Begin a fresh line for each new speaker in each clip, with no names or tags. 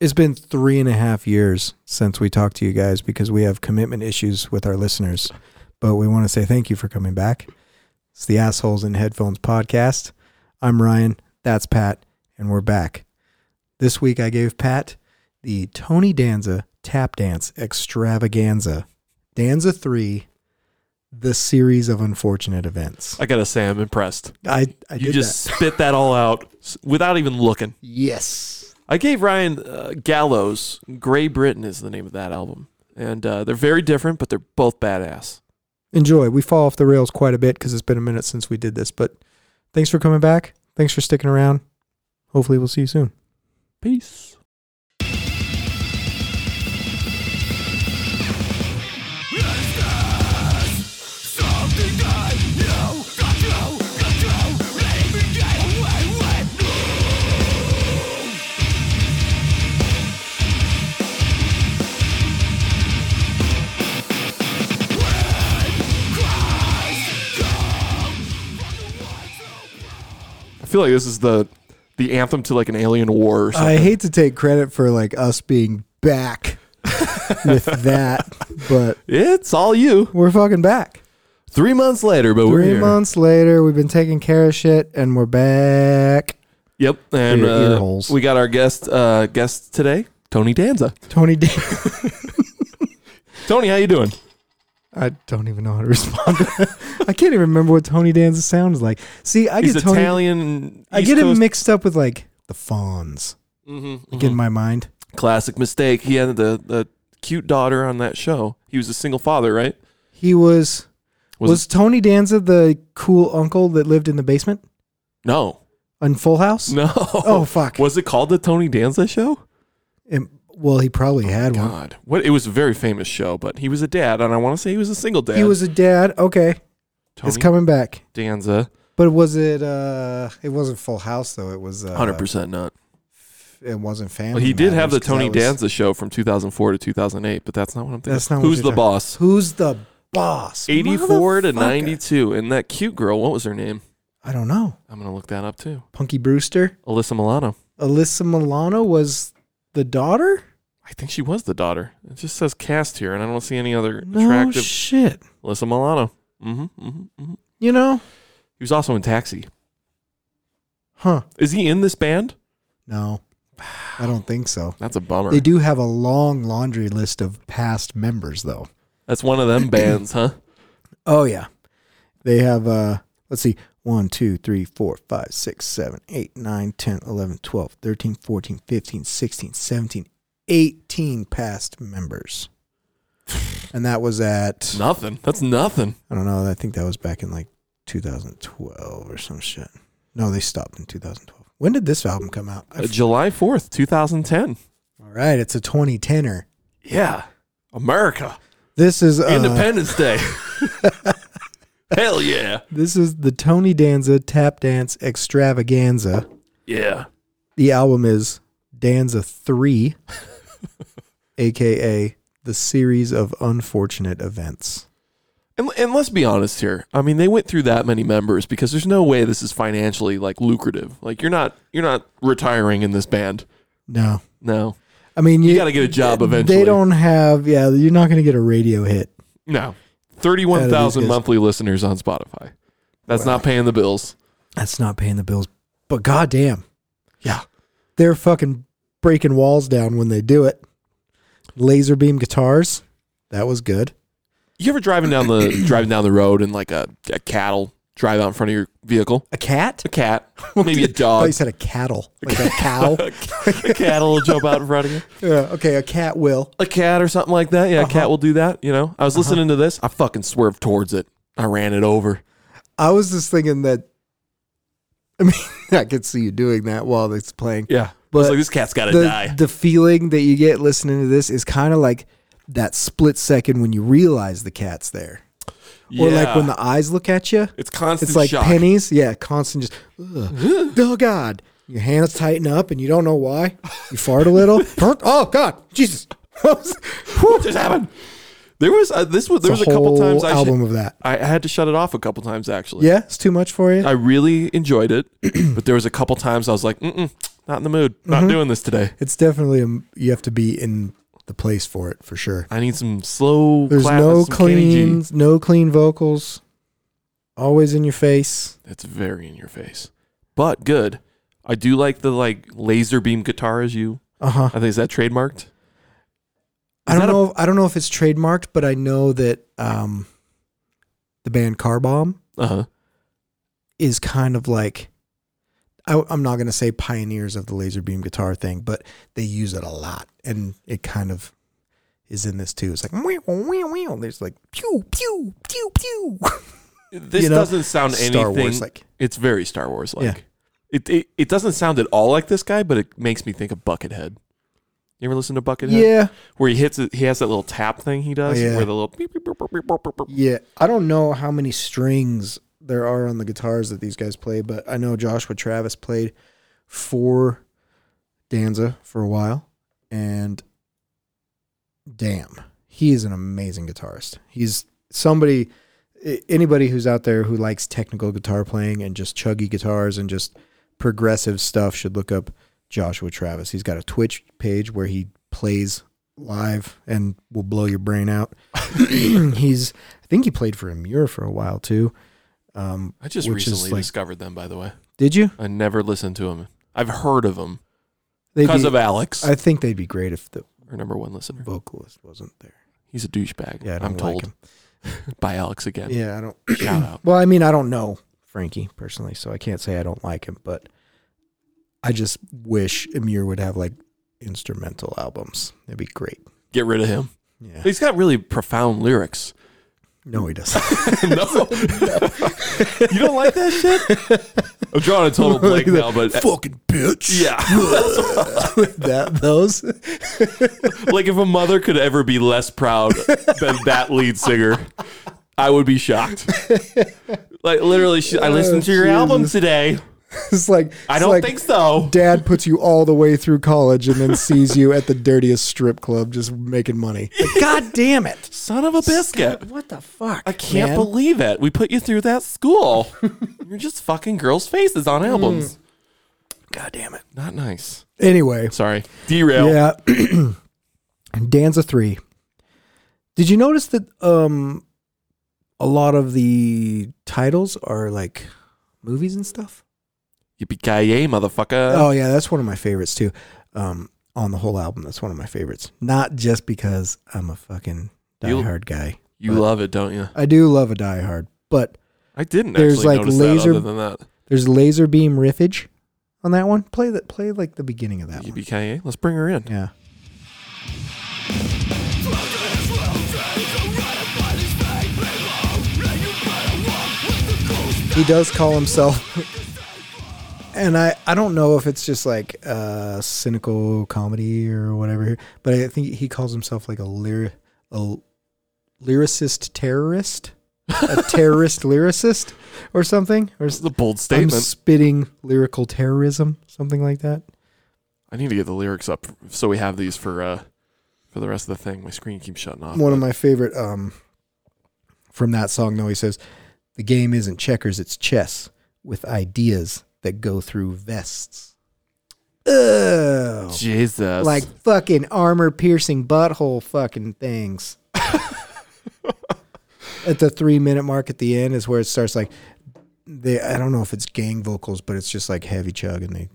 It's been three and a half years since we talked to you guys because we have commitment issues with our listeners. But we want to say thank you for coming back. It's the Assholes in Headphones podcast. I'm Ryan. That's Pat. And we're back. This week I gave Pat the Tony Danza Tap Dance Extravaganza, Danza 3, the series of unfortunate events.
I gotta say, I'm impressed.
I, I
You
did
just
that.
spit that all out s- without even looking.
Yes.
I gave Ryan uh, Gallows. Gray Britain is the name of that album, and uh, they're very different, but they're both badass.
enjoy. We fall off the rails quite a bit because it's been a minute since we did this, but thanks for coming back. Thanks for sticking around. Hopefully, we'll see you soon.
Peace. I feel like this is the the anthem to like an alien war or something.
I hate to take credit for like us being back with that, but
it's all you.
we're fucking back.
Three months later, but we're
Three
here.
months later, we've been taking care of shit, and we're back.
Yep, and
Your ear
uh,
holes.
we got our guest uh, guest today, Tony Danza.
Tony, Dan-
Tony, how you doing?
I don't even know how to respond. to that. I can't even remember what Tony Danza sounds like. See, I
He's
get Tony.
Italian. Mm-hmm,
I get him mixed up with like the Fawns. Like in my mind.
Classic mistake. He had the the cute daughter on that show. He was a single father, right?
He was was,
Was
Tony Danza the cool uncle that lived in the basement
No,
on Full House?
no.
Oh fuck.
was it called the Tony Danza Show?
It- well, he probably had one.
God, what? It was a very famous show, but he was a dad, and I want to say he was a single dad.
He was a dad. Okay,
Tony
it's coming back.
Danza.
But was it? uh It wasn't Full House though. It was. Uh,
Hundred percent not.
It wasn't family.
Well, he did have the
Matters, 'cause
Tony
that was-
Danza Show from 2004 to 2008, but that's not what I'm thinking.
That's not what
Who's
you're
the
talking-
boss?
Who's the boss?
84 to
Motherfucker.
92, and that cute girl. What was her name?
I don't know.
I'm gonna look that up too.
Punky Brewster.
Alyssa Milano.
Alyssa Milano was the daughter.
I think she was the daughter. It just says cast here, and I don't see any other
No
attractive.
shit.
Alyssa Milano. Mm-hmm, hmm hmm
You know?
He was also in Taxi.
Huh?
Is he in this band?
No, I don't think so.
That's a bummer.
They do have a long laundry list of past members, though.
That's one of them bands, huh?
Oh yeah, they have. uh Let's see: one, two, three, four, five, six, seven, eight, nine, ten, eleven, twelve, thirteen, fourteen, fifteen, sixteen, seventeen, eighteen past members. And that was at
Nothing. That's nothing.
I don't know. I think that was back in like 2012 or some shit. No, they stopped in 2012. When did this album come out? I
Uh,
f-
July 4th, 2010.
All right, it's a 2010er.
Yeah. America.
This is uh,
Independence Day. Hell yeah.
This is the Tony Danza Tap Dance Extravaganza.
Yeah.
The album is Danza 3, aka the series of unfortunate events.
And, and let's be honest here. I mean, they went through that many members because there's no way this is financially like lucrative. Like you're not you're not retiring in this band.
No.
No.
I mean,
You got to get a job eventually.
They don't have, yeah, you're not going to get a radio hit.
No. 31,000
guys.
monthly listeners on Spotify. That's not paying the bills.
That's not paying the bills. But goddamn,
Yeah.
they're fucking breaking walls down when they do it. Laser beam guitars. That was good.
You ever driving down the driving down the road and like a, a cattle drive out in front of your vehicle?
A cat?
A cat, maybe a
I thought you
dog.
said a cattle, like a cow.
a cattle will jump out in front of you.
yeah, okay, a cat will.
A cat or something like that. Yeah, a
Uh-huh.
cat will do that. You know, I was listening to this. I fucking swerved towards it. I ran it over.
I was just thinking that. I mean, I could see you doing that while it's playing.
Yeah,
But
but like, this cat's got to
The,
die.
the feeling that you get listening to this is kind of like that split second when you realize the cat's there, or like
Yeah.
when the eyes look at you.
it's constant.
It's like
shock.
pennies. Yeah, constant just. Ugh. oh God, your hands tighten up and you don't know why. You fart a little. oh God, Jesus.
What just happened? There was uh, this was there was a couple
whole
times I sh-
album of that.
I had to shut it off a couple times actually.
Yeah, it's too much for you.
I really enjoyed it, but there was a couple times I was like, Mm-mm, Not in the mood. Not
Mhm.
doing this today.
It's definitely a, you have to be in the place for it for sure.
I need some slow.
There's
clap
no
and some Kenny G.
clean, no clean vocals. Always in your face.
That's very in your face, but good. I do like the like laser beam guitar as you.
Uh huh.
I think is that trademarked.
I
Is
don't
that a-
know. if- I don't know if it's trademarked, but I know that um, the band Car Bomb
Uh huh.
is kind of like. I, I'm not going to say pioneers of the laser beam guitar thing, but they use it a lot, and it kind of is in this too. It's like meow, meow, meow. There's like pew pew pew pew.
This
You know,
doesn't sound
Star
anything.
Wars like.
it's very Star Wars like.
Yeah.
It, it it doesn't sound at all like this guy, but it makes me think of Buckethead. You ever listen to Buckethead?
Yeah,
Where he hits it, he has that little tap thing he does.
Oh, yeah.
Where the little beep, beep, beep, beep, beep, beep, beep.
yeah. I don't know how many strings there are on the guitars that these guys play, but I know Joshua Travis played for Danza for a while, and damn, he is an amazing guitarist. He's somebody, i- anybody who's out there who likes technical guitar playing and just chuggy guitars and just progressive stuff should look up Joshua Travis. He's got a Twitch page where he plays live and will blow your brain out. He's, I think he played for Amur for a while too. Um,
I just
Which is
recently
like-
discovered them, by the way.
did you?
I never listened to them. I've heard of them
They'd
because
be-
of Alex,
I think they'd be great if the
our number one listener.
vocalist wasn't there.
He's a douchebag.
Yeah, I don't
I'm
like
told
him.
by Alex again.
Yeah, I don't.
Shout out.
Well, I mean, I don't know Frankie personally, so I can't say I don't like him, but I just wish Amir would have like instrumental albums. That'd be great.
Get rid of him.
Yeah.
He's got really profound lyrics.
No, he doesn't.
no. you don't like that shit? I'm drawing a total blank now, but uh,
fucking bitch.
yeah.
that those.
like if a mother could ever be less proud than that lead singer, I would be shocked. Like literally, she, I listened to your
Oh, Jesus.
album today.
It's like
I
it's
don't
like
think so.
Dad puts you all the way through college and then sees you at the dirtiest strip club just making money. Like, God damn it!
Son of a biscuit.
What the fuck?
I can't
man?
believe it. We put you through that school. You're just fucking girls' faces
Mm.
on albums.
God damn it!
Not nice.
Anyway,
Sorry. Derail.
Yeah. Danza 3. Did you notice that um a lot of the titles are like movies and stuff?
Yippee-ki-yay, motherfucker.
oh yeah, that's one of my favorites too. Um on the whole album, that's one of my favorites. Not just because I'm a fucking
You-
diehard guy.
you
but-
love it, don't you?
I do love a diehard, but
I didn't
There's,
actually
like,
notice
laser-
that other than that.
there's laser beam riffage on that one. Play that play like the beginning of that one.
Yippee-ki-yay. Let's bring her in.
Yeah. He does call himself, and I, I don't know if it's just like uh, cynical comedy or whatever, but I think he calls himself like a, lyri- a lyricist terrorist, a terrorist lyricist or something, or
This is a bold
I'm
statement.
spitting lyrical terrorism, something like that.
I need to get the lyrics up so we have these for uh for the rest of the thing. My screen keeps shutting off.
one of my favorite um from that song though he says the game isn't checkers it's chess with ideas that go through vests Ugh.
Jesus.
like fucking armor piercing butthole fucking things at the three minute mark at the end is where it starts like they i don't know if it's gang vocals but it's just like heavy chug and they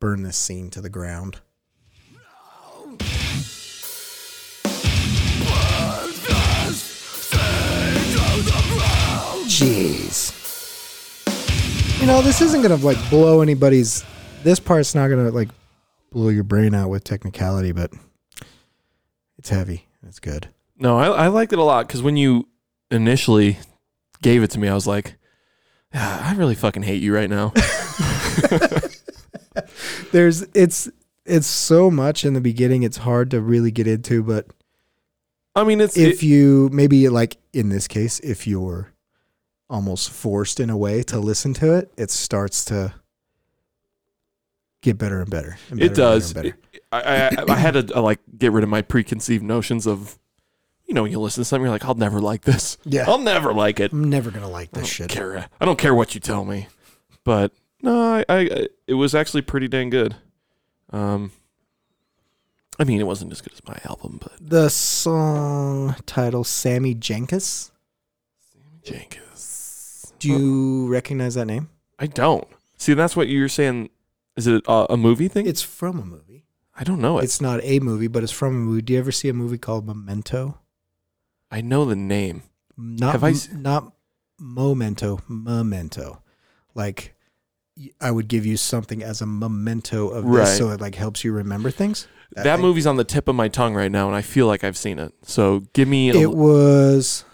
burn this scene to the ground Jeez. You know, this isn't gonna like blow anybody's. This part's not gonna like blow your brain out with technicality, but it's heavy. It's good.
No, I, I liked it a lot because when you initially gave it to me, I was like, "Ah, I really fucking hate you right now.
There's it's it's so much in the beginning. It's hard to really get into, but
I mean, it's
if
it-
you maybe like in this case, if you're almost forced in a way to listen to it, it starts to get better and better. and better
it
and
does.
better and better.
It- I, I I had to uh, like get rid of my preconceived notions of, you know, when you listen to something, you're like, I'll never like this.
Yeah.
I'll Oh. never like it.
I'm never gonna like
I
this shit.
don't care. I don't care what you tell me, but No, I, I I- it was actually pretty dang good. Um, I mean, it wasn't as good as my album, but
The song title Sammy Jenkins.
Jenkins.
Do you recognize that name?
I don't see. That's what you're saying. Is it a, a movie thing?
It's from a movie.
I don't know it.
It's not a movie, but it's from a movie. Do you ever see a movie called Memento?
I know the name.
Not
Have I
m-
s-
not Momento, Memento. Like y- I would give you something as a memento of
Right.
this so it like helps you remember things.
That,
thing.
movie's on the tip of my tongue right now, and I feel like I've seen it. So give me. A,
It was,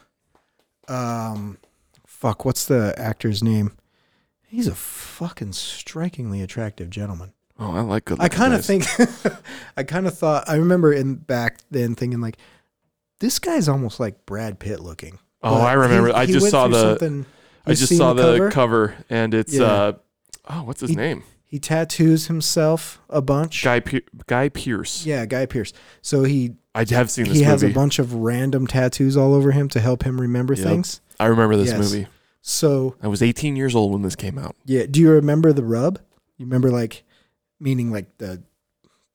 um, fuck. What's the actor's name? He's a fucking strikingly attractive gentleman.
oh, I like good.
I kind of
guys.
think, I kind of thought. I remember in back then thinking like, this guy's almost like Brad Pitt looking.
Oh,
But
I remember.
he-
I
he
just
went
saw
through
the.
something-
I
You've
just
seen
saw the cover,
cover?
and it's.
Yeah.
uh Oh, what's his
He-
name?
He tattoos himself a bunch.
Guy Pier- Guy Pierce.
Yeah, Guy Pierce. So he
I have seen this
he has a
movie.
bunch of random tattoos all over him to help him remember
Yep.
things.
I remember this
Yes.
movie.
So
I was 18 years old when this came out.
Yeah. Do you remember the rub? You remember like meaning like the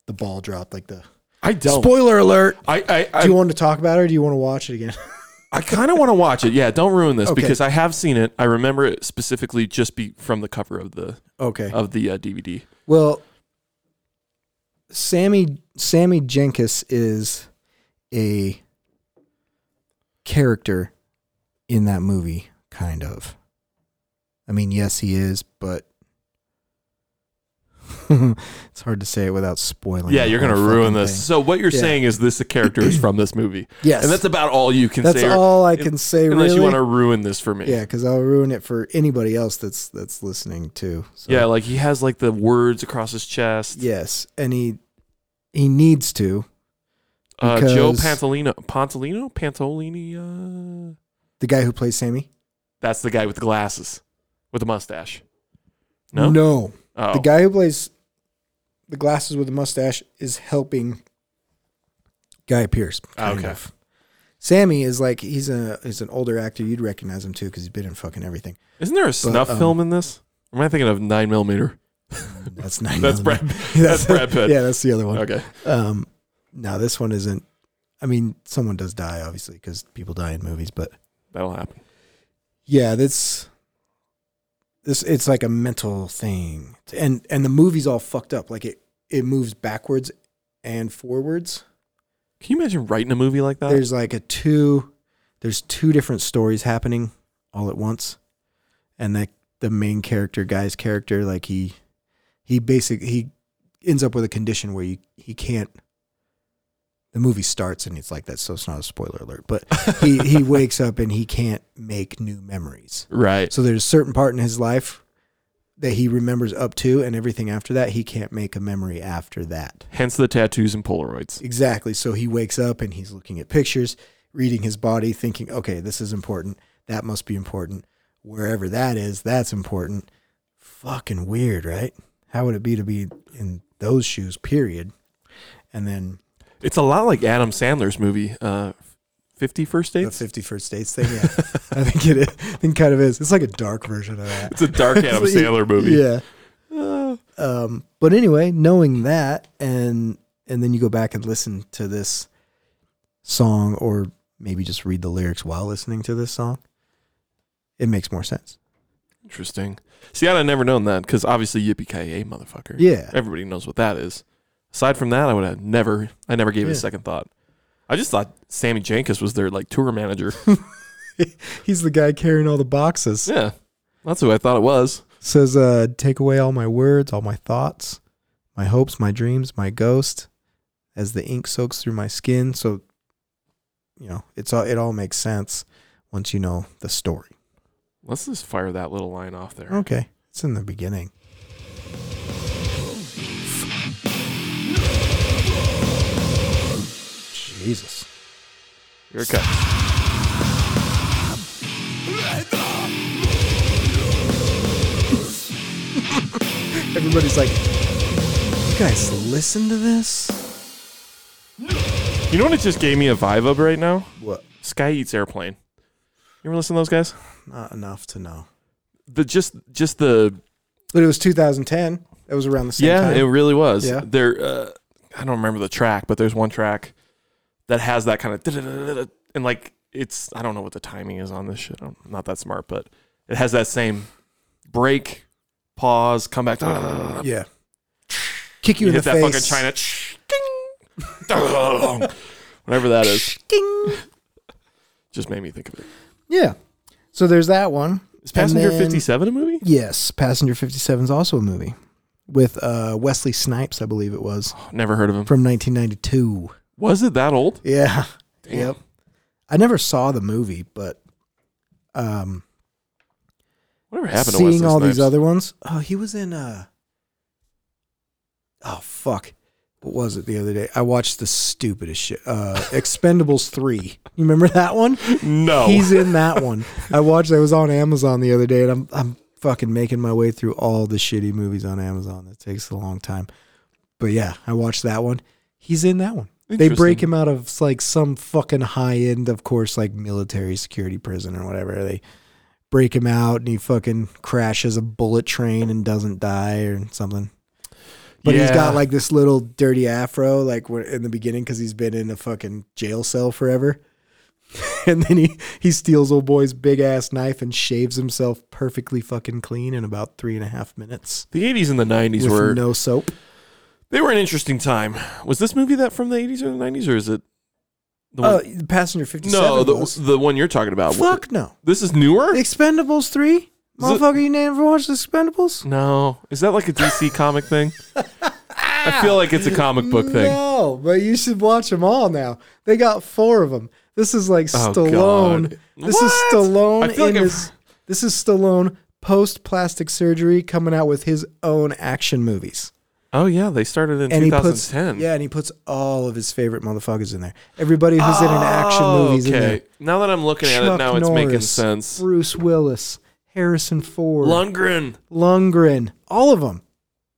the ball drop, like the
I don't.
spoiler alert.
I I I,
do you want to talk about it or do you want to watch it again?
I kind of want to watch it. Yeah, don't ruin this
Okay.
because I have seen it. I remember it specifically just be from the cover of the
okay. Oh,
of the uh, DVD.
Well Sammy Sammy Jenkins is a character in that movie, kind of. I mean, yes he is, but it's hard to say it without spoiling.
Yeah,
the
you're gonna
whole fucking
ruin this.
thing.
So what you're
Yeah.
saying is this the character is from this movie,
Yes.
and that's about all you can
That's
say, or-
all I can say.
unless
really.
you want to ruin this for me.
Yeah, because I'll ruin it for anybody else that's that's listening too. So.
Yeah, like he has like the words across his chest.
Yes, and he he needs to.
uh, Joe
because-
Pantolino, Pantolino, Pantolini. Uh,
The guy who plays Sammy.
that's the guy with the glasses, with the mustache. No,
no.
oh.
The guy who plays the glasses with the mustache is helping Guy Pierce. Kind
Ah, Okay.
of. Sammy is like he's a he's an older actor. You'd recognize him too because he's been in fucking everything.
Isn't there a snuff
um,
film in this? Or am I thinking of nine millimeter?
That's nine.
That's Brad.
Millimeter.
That's Brad Pitt.
Yeah, that's the other one.
Okay.
Um, no, this one isn't. I mean, someone does die obviously because people die in movies, but
That'll happen.
yeah that's this it's like a mental thing and and the movie's all fucked up like it it moves backwards and forwards
Can you imagine writing a movie like that?
there's like a two there's two different stories happening all at once and that the main character guy's character like he he basically he ends up with a condition where you he can't the movie starts and it's like that so it's not a spoiler alert but he he wakes up and he can't make new memories
right.
so there's a certain part in his life that he remembers up to, and everything after that, he can't make a memory after that.
Hence the tattoos and Polaroids.
Exactly. So he wakes up and he's looking at pictures, reading his body, thinking, okay, this is important. That must be important. Wherever that is, that's important. Fucking weird, right? How would it be to be in those shoes, period? And then
It's a lot like Adam Sandler's movie, uh, 50 First
the
Dates.
51st States thing. Yeah. I think it is. I think kind of is. It's like a dark version of that.
It's a dark Adam
It's like-
Sandler movie.
Yeah.
Uh,
Um, but anyway, knowing that, and and then you go back and listen to this song, or maybe just read the lyrics while listening to this song, it makes more sense.
interesting. See, I'd have never known that because obviously Yippee Ki Yay, motherfucker.
Yeah,
Everybody knows what that is. Aside from that, I would have never. I never gave it a
Yeah.
second thought. I just thought Sammy Jenkins was their like tour manager.
he's the guy carrying all the boxes.
yeah, that's who I thought it was.
Says, uh, "Take away all my words, all my thoughts, my hopes, my dreams, my ghost, as the ink soaks through my skin." So, you know, it's all it all makes sense once you know the story.
Let's just fire that little line off there.
Okay, it's in the beginning. Jesus.
Here it comes.
Everybody's like, you guys listen to this?
You know what it just gave me a vibe of right now?
What?
Sky Eats Airplane. You ever listen to those guys?
Not enough to know.
The just just the
But it was 2010. That was around the same
yeah,
time.
it really was.
Yeah.
There, uh, I don't remember the track, but there's one track that has that kind of and like it's I don't know what the timing is on this shit. I'm not that smart, but it has that same break, pause, come back, you
yeah. Kick you, in
hit
the
that fucking
face.
China, ding, whatever that is.
Ding.
Just made me think of it.
Yeah. So there's that one.
Is Passenger
then-
57 a movie?
Yes, Passenger 57 is also a movie with uh, Wesley Snipes, I believe it was,
Never heard of him.
from 1992.
Was it that old?
Yeah. Yep. I never saw the movie, but um,
Whatever happened to
seeing
Wesley
all
Snipes?
these other ones. Oh, he was in. Uh, oh fuck, what was it the other day? I watched the stupidest shit. Uh, Expendables three. You remember that one?
No.
He's in that one. I watched. I was on Amazon the other day, and I'm I'm fucking making my way through all the shitty movies on Amazon. That takes a long time. But yeah, I watched that one. He's in that one. They break him out of like some fucking high end, of course, like military security prison or whatever. They break him out and he fucking crashes a bullet train and doesn't die or something. But he's
Yeah.
got like this little dirty afro, like wh- in the beginning, because he's been in a fucking jail cell forever. and then he he steals old boy's big ass knife and shaves himself perfectly fucking clean in about three and a half minutes
The 80s and the 90s
with
were
no soap.
They were an interesting time. Was this movie that from the 80s or the 90s, or is it the
Oh,
one?
passenger fifty seven.
no, the, the one you're talking about.
fuck no.
This is newer?
The Expendables three? Motherfucker, you never watched The Expendables?
No. Is that like a DC comic thing? I feel like it's a comic book thing.
No, but you should watch them all now. They got four of them. This is like
Oh,
Stallone.
God.
This is
What? I
Stallone
feel like
in
I've-
his, This is Stallone post plastic surgery coming out with his own action movies.
Oh, yeah. They started in
And he puts
2010.
yeah, and he puts all of his favorite motherfuckers in there. Everybody who's in an action movie is in there.
Oh, Ah, okay. Now that I'm looking at it,
Chuck
now it's making
Norris.
sense.
Bruce Willis, Harrison Ford,
Lundgren.
Lundgren, all of them.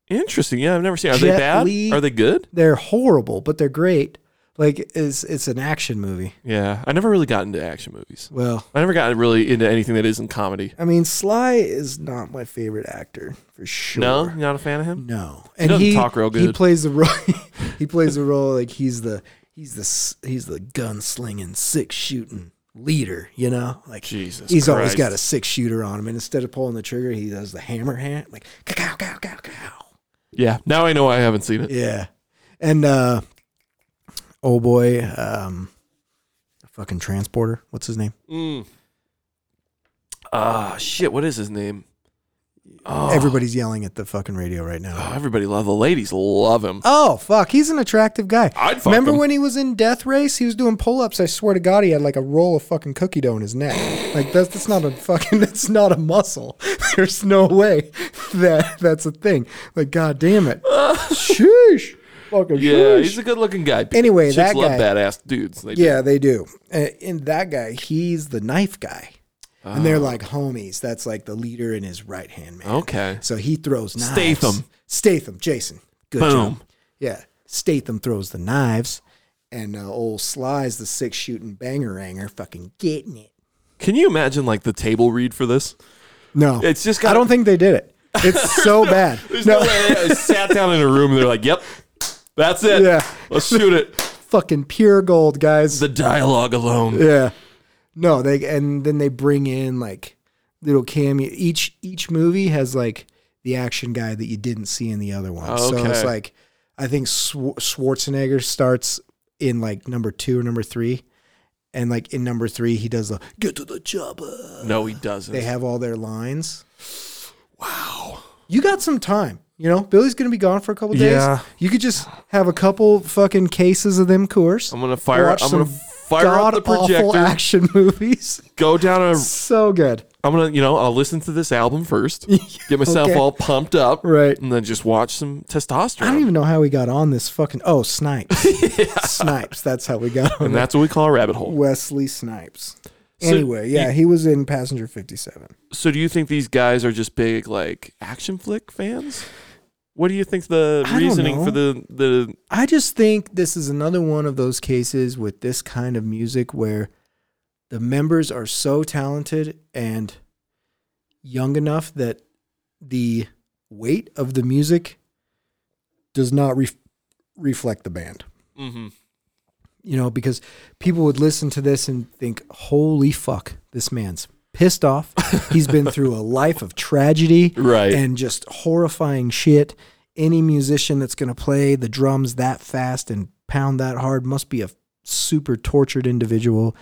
Interesting. Yeah, I've never seen. Are they
Jet
bad?
Li.
Are they good?
they're horrible, but they're great. Like it's it's an action movie.
Yeah. I never really got into action movies.
Well,
I never got really into anything that isn't comedy.
I mean, Sly is not my favorite actor for sure.
No? You're not a fan of him?
no,
doesn't talk real
He
good.
plays the role. he plays the role like he's the he's the s- he's the gun slinging six shooting leader. You know, like
Jesus
he's always
Christ.
got a six shooter on him, and instead of pulling the trigger, he does the hammer hand like cow cow cow cow.
Yeah. Now I know I haven't seen it.
Yeah. And uh oh boy, um fucking transporter. What's his name?
Mm. Ah, shit. What is his name? Oh,
Everybody's yelling at the fucking radio right now.
oh, everybody love the ladies. Love him.
Oh fuck, he's an attractive guy.
I'd fuck
Remember
him.
when he was in Death Race? He was doing pull-ups. I swear to God, he had like a roll of fucking cookie dough in his neck. Like that's that's not a fucking that's not a muscle. There's no way that that's a thing. Like god damn it. sheesh. Fucking
yeah,
sheesh.
he's a good-looking guy. Pe-
Anyway,
chicks
that
love
guy-
badass dudes. They do.
Yeah, they do. And, and that guy, he's the knife guy. And
Ah.
they're like homies. That's like the leader and his right hand man.
Okay.
So he throws knives.
Oh. Statham.
Statham, Jason. Good
Boom.
job. Yeah. Statham throws the knives. And uh, old Sly's the six shooting bangeranger fucking getting it.
Can you imagine like the table read for this?
No.
It's just
I
gotta-
don't think they did it. It's so bad.
There's no, way they sat down in a room and they're like, "Yep, that's it.
Yeah.
Let's shoot it."
fucking pure gold, guys.
The dialogue alone.
Yeah. No, they and then they bring in like little cameo. Each each movie has like the action guy that you didn't see in the other one. So it's
Okay.
like I think Sw- Schwarzenegger starts in like number two or number three, and like in number three he does the get to the chopper.
No, he doesn't.
They have all their lines. Wow. You got some time. You know, Billy's gonna be gone for a couple days.
Yeah.
You could just have a couple fucking cases of them course.
I'm gonna fire.
Watch
I'm gonna
some
fire up the
god-awful
projector.
action movies.
Go down a.
So good.
I'm gonna, you know, I'll listen to this album first. Get myself
Okay.
all pumped up,
Right.
and then just watch some testosterone.
I don't even know how we got on this fucking. Oh, Snipes. Snipes. That's how we got on.
And that's what we call a rabbit hole.
Wesley Snipes. anyway, yeah, he was in Passenger 57.
So do you think these guys are just big like action flick fans? What do you think's the
I don't
reasoning for the the
I just think this is another one of those cases with this kind of music where the members are so talented and young enough that the weight of the music does not ref reflect the band.
Mm-hmm.
You know, because people would listen to this and think, "Holy fuck, this man's pissed off. He's been through a life of tragedy."
Right.
and just horrifying shit. Any musician that's going to play the drums that fast and pound that hard must be a super tortured individual.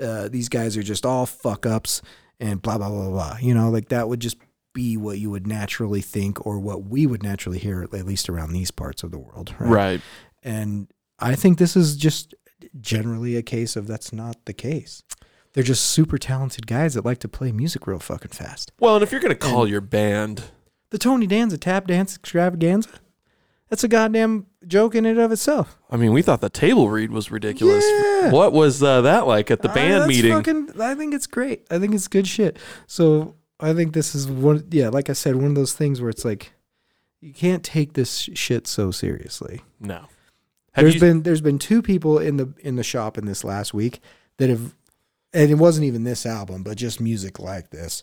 Uh, these guys are just all fuck ups and blah, blah, blah, blah. You know, like that would just be what you would naturally think or what we would naturally hear, at least around these parts of the world. Right.
right.
And I think this is just generally a case of that's not the case. They're just super talented guys that like to play music real fucking fast.
Well, and if you're gonna call your band,
The Tony Danza tap dance extravaganza. That's a goddamn joke in and of itself.
I mean, we thought the table read was ridiculous.
Yeah.
What was uh, that like at the
Uh,
band
that's
meeting?
fucking- I think it's great. I think it's good shit. So I think this is one. Yeah, like I said, one of those things where it's like you can't take this sh- shit so seriously.
no. Have
There's
you,
been there's been two people in the in the shop in this last week that have, and it wasn't even this album, but just music like this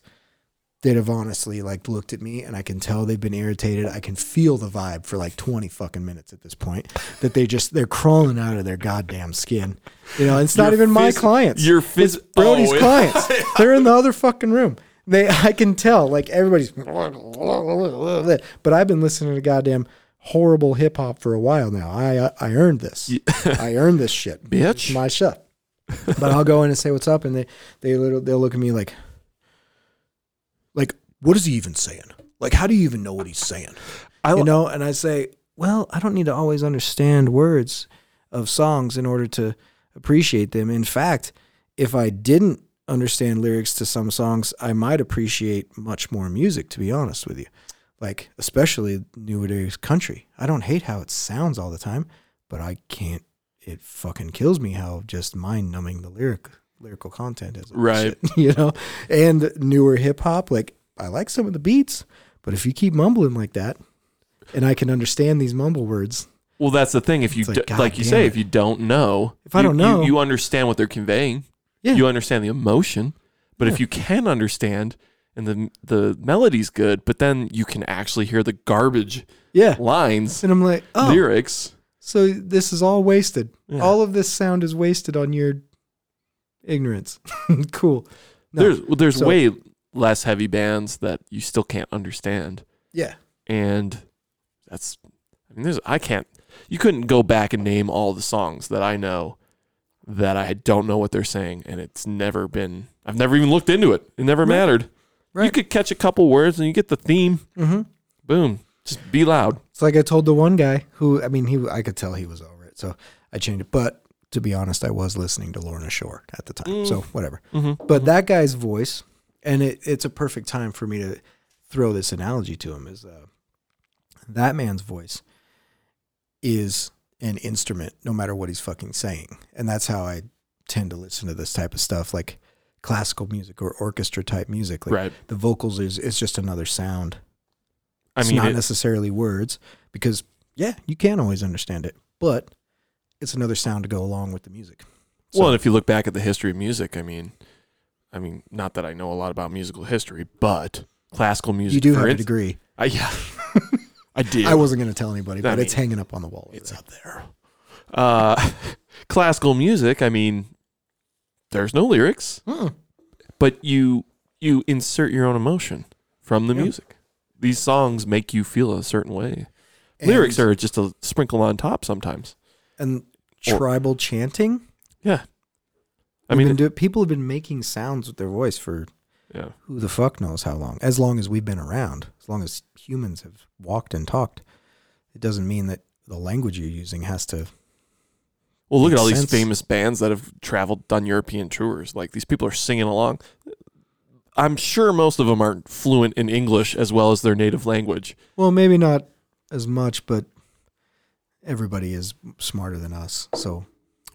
that have honestly like looked at me and I can tell they've been irritated. I can feel the vibe for like 20 fucking minutes at this point that they just they're crawling out of their goddamn skin. You know, it's not
Your
even my
phys-
clients.
your
It's
phys-
Brody's
oh, yeah.
clients. They're in the other fucking room. They I can tell like everybody's but I've been listening to goddamn horrible hip hop for a while now. I uh, I earned this. I earned this shit.
Bitch.
It's my shit. But I'll go in and say what's up and they they little they'll look at me like like what is he even saying? Like how do you even know what he's saying?
I
you
li-
know, and I say, well, I don't need to always understand words of songs in order to appreciate them. In fact, if I didn't understand lyrics to some songs, I might appreciate much more music, to be honest with you. Like, especially nowadays country. I don't hate how it sounds all the time, but I can't, it fucking kills me how just mind numbing the lyric, lyrical content is.
Right.
you know, and newer hip hop, like, I like some of the beats, but if you keep mumbling like that, and I can understand these mumble words.
Well, that's the thing. If you
It's like,
like, do,
God
like you
damn
say,
it.
if you don't know,
If I
you-
don't
you-
know-
you, understand what they're conveying.
Yeah.
You understand the emotion, but if you can understand and the the melody's good, but then you can actually hear the garbage
Yeah.
lines,
And I'm like, oh,
lyrics.
so this is all wasted.
Yeah.
All of this sound is wasted on your ignorance. cool. No.
There's well, there's
So-
way less heavy bands that you still can't understand,
Yeah.
and that's I mean, there's I can't. You couldn't go back and name all the songs that I know that I don't know what they're saying, and it's never been. I've never even looked into it. It never mattered. You
Right.
could catch a couple words and you get the theme.
Mm-hmm.
Boom. Just be loud.
It's like I told the one guy who, I mean, he, I could tell he was over it, so I changed it. But to be honest, I was listening to Lorna Shore at the time, so whatever. But that guy's voice, and it, it's a perfect time for me to throw this analogy to him is uh, that man's voice is an instrument, no matter what he's fucking saying, and that's how I tend to listen to this type of stuff, like classical music or orchestra type music. Like
Right.
the vocals is it's just another sound
I
it's
mean,
not
it-
necessarily words because yeah, you can't always understand it, but it's another sound to go along with the music.
well, and if you look back at the history of music, I mean, I mean, not that I know a lot about musical history, but classical music.
You do
for
have a
ins-
degree.
I, yeah, I did.
I wasn't going to tell anybody, but
mean,
it's hanging up on the wall. over
it's
there.
up there. Uh, classical music. I mean, there's no lyrics,
Mm-mm.
but you you insert your own emotion from the
Yeah.
music. These songs make you feel a certain way.
And-
lyrics are just a sprinkle on top sometimes.
and tribal chanting.
Yeah, I
We've
mean,
been do- people have been making sounds with their voice for
yeah,
who the fuck knows how long. As long as we've been around, as long as humans have walked and talked, it doesn't mean that the language you're using has to.
Well, look at
Makes
all
sense.
these famous bands that have traveled, done European tours. Like these people are singing along. I'm sure most of them aren't fluent in English as well as their native language.
Well, maybe not as much, but everybody is smarter than us, so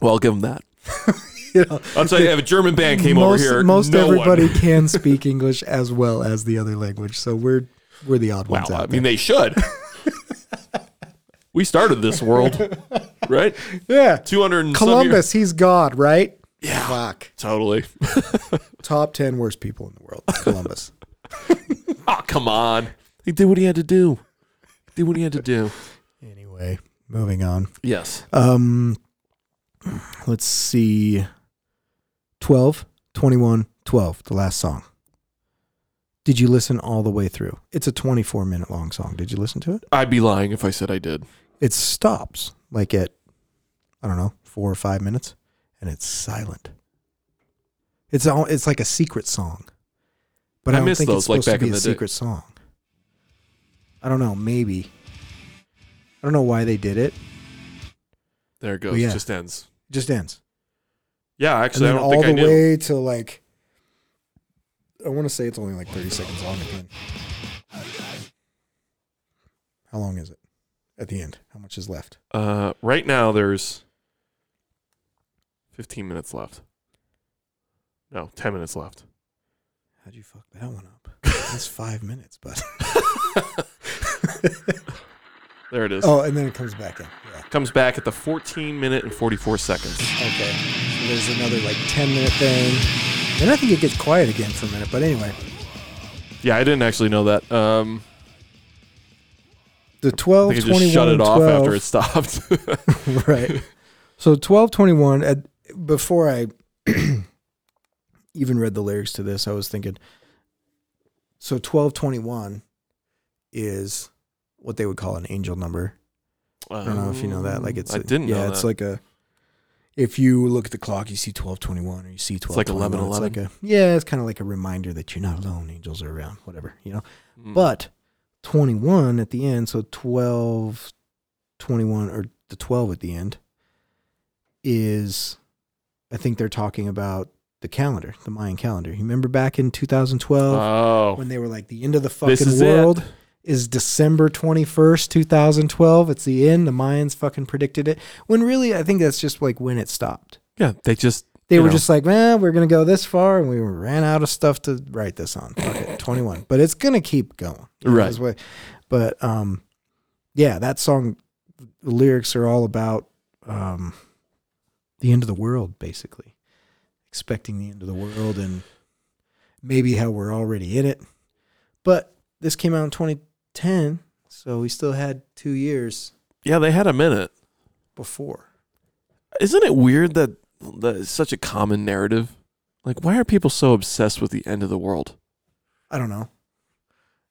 Well, I'll give them that.
you know.
I'm saying if a German band came
most,
over here,
Most
no
everybody
One,
can speak English as well as the other language, so we're we're the odd
wow,
ones out
I mean they should. we started this world, right?
there. Yeah,
Two hundred
Columbus, he's God, right? Yeah. Fuck.
Totally.
Top ten worst people in the world. Columbus.
Oh, come on. He did what he had to do. He did what he had to do.
Anyway, moving on.
Yes.
Um, let's see. 12, 21, 12, the last song. Did you listen all the way through? It's a 24 minute long song. Did you listen to it?
I'd be lying if I said I did.
It stops like at, I don't know, four or five minutes, and it's silent. It's all, it's like a secret song, but I,
I
don't
miss
think it's
those, like,
supposed
back
to be
in
a
the day.
secret song. I don't know. Maybe. I don't know why they did it.
There it
Well,
goes.
yeah.
Just ends.
It just ends.
Yeah, actually, I
and then
don't
all
think I
the
knew.
way to like I want to say it's only like 30 seconds long at the end. How long is it at the end? How much is left?
Uh, right now, there's 15 minutes left. No, 10 minutes left.
How'd you fuck that one up? That's five minutes, but
There it is.
oh, and then it comes back in. Yeah.
Comes back at the 14 minute and 44 seconds.
Okay. So there's another like 10 minute thing. Then I think it gets quiet again for a minute. But anyway,
Yeah, I didn't actually know that. Um,
the
I
12,
think I
21,
just shut it
and
off
12,
after it stopped.
right. So twelve twenty one. At before I even read the lyrics to this, I was thinking. So twelve twenty one is what they would call an angel number. I don't know if you know that. Like it's
Um, I
a-
didn't
Yeah,
know
it's
that.
like a. If you look at the clock, you see twelve twenty one, or you see twelve.
like 11,
It's like a yeah, it's kind of like a reminder that you're not alone. Angels are around. Whatever you know.
Mm.
But 21 at the end, so 12, 21, or the 12 at the end is, I think they're talking about the calendar, the Mayan calendar. You remember back in 2012
oh,
when they were like, the end of the
this
fucking
is
world
it.
is December 21st, 2012. It's the end. The Mayans fucking predicted it. When really, I think that's just like when it stopped.
Yeah, they just
They
You
were
know.
just like, man, we're going to go this far, and we ran out of stuff to write this on. Fuck it, 21. But it's going to keep going.
right.
That's why- But um, yeah, that song the lyrics are all about um, the end of the world, basically, expecting the end of the world and maybe how we're already in it. But this came out in 2010, so we still had two years
Yeah, they had a minute.
before.
Isn't it weird that that is such a common narrative? Like, why are people so obsessed with the end of the world?
I don't know.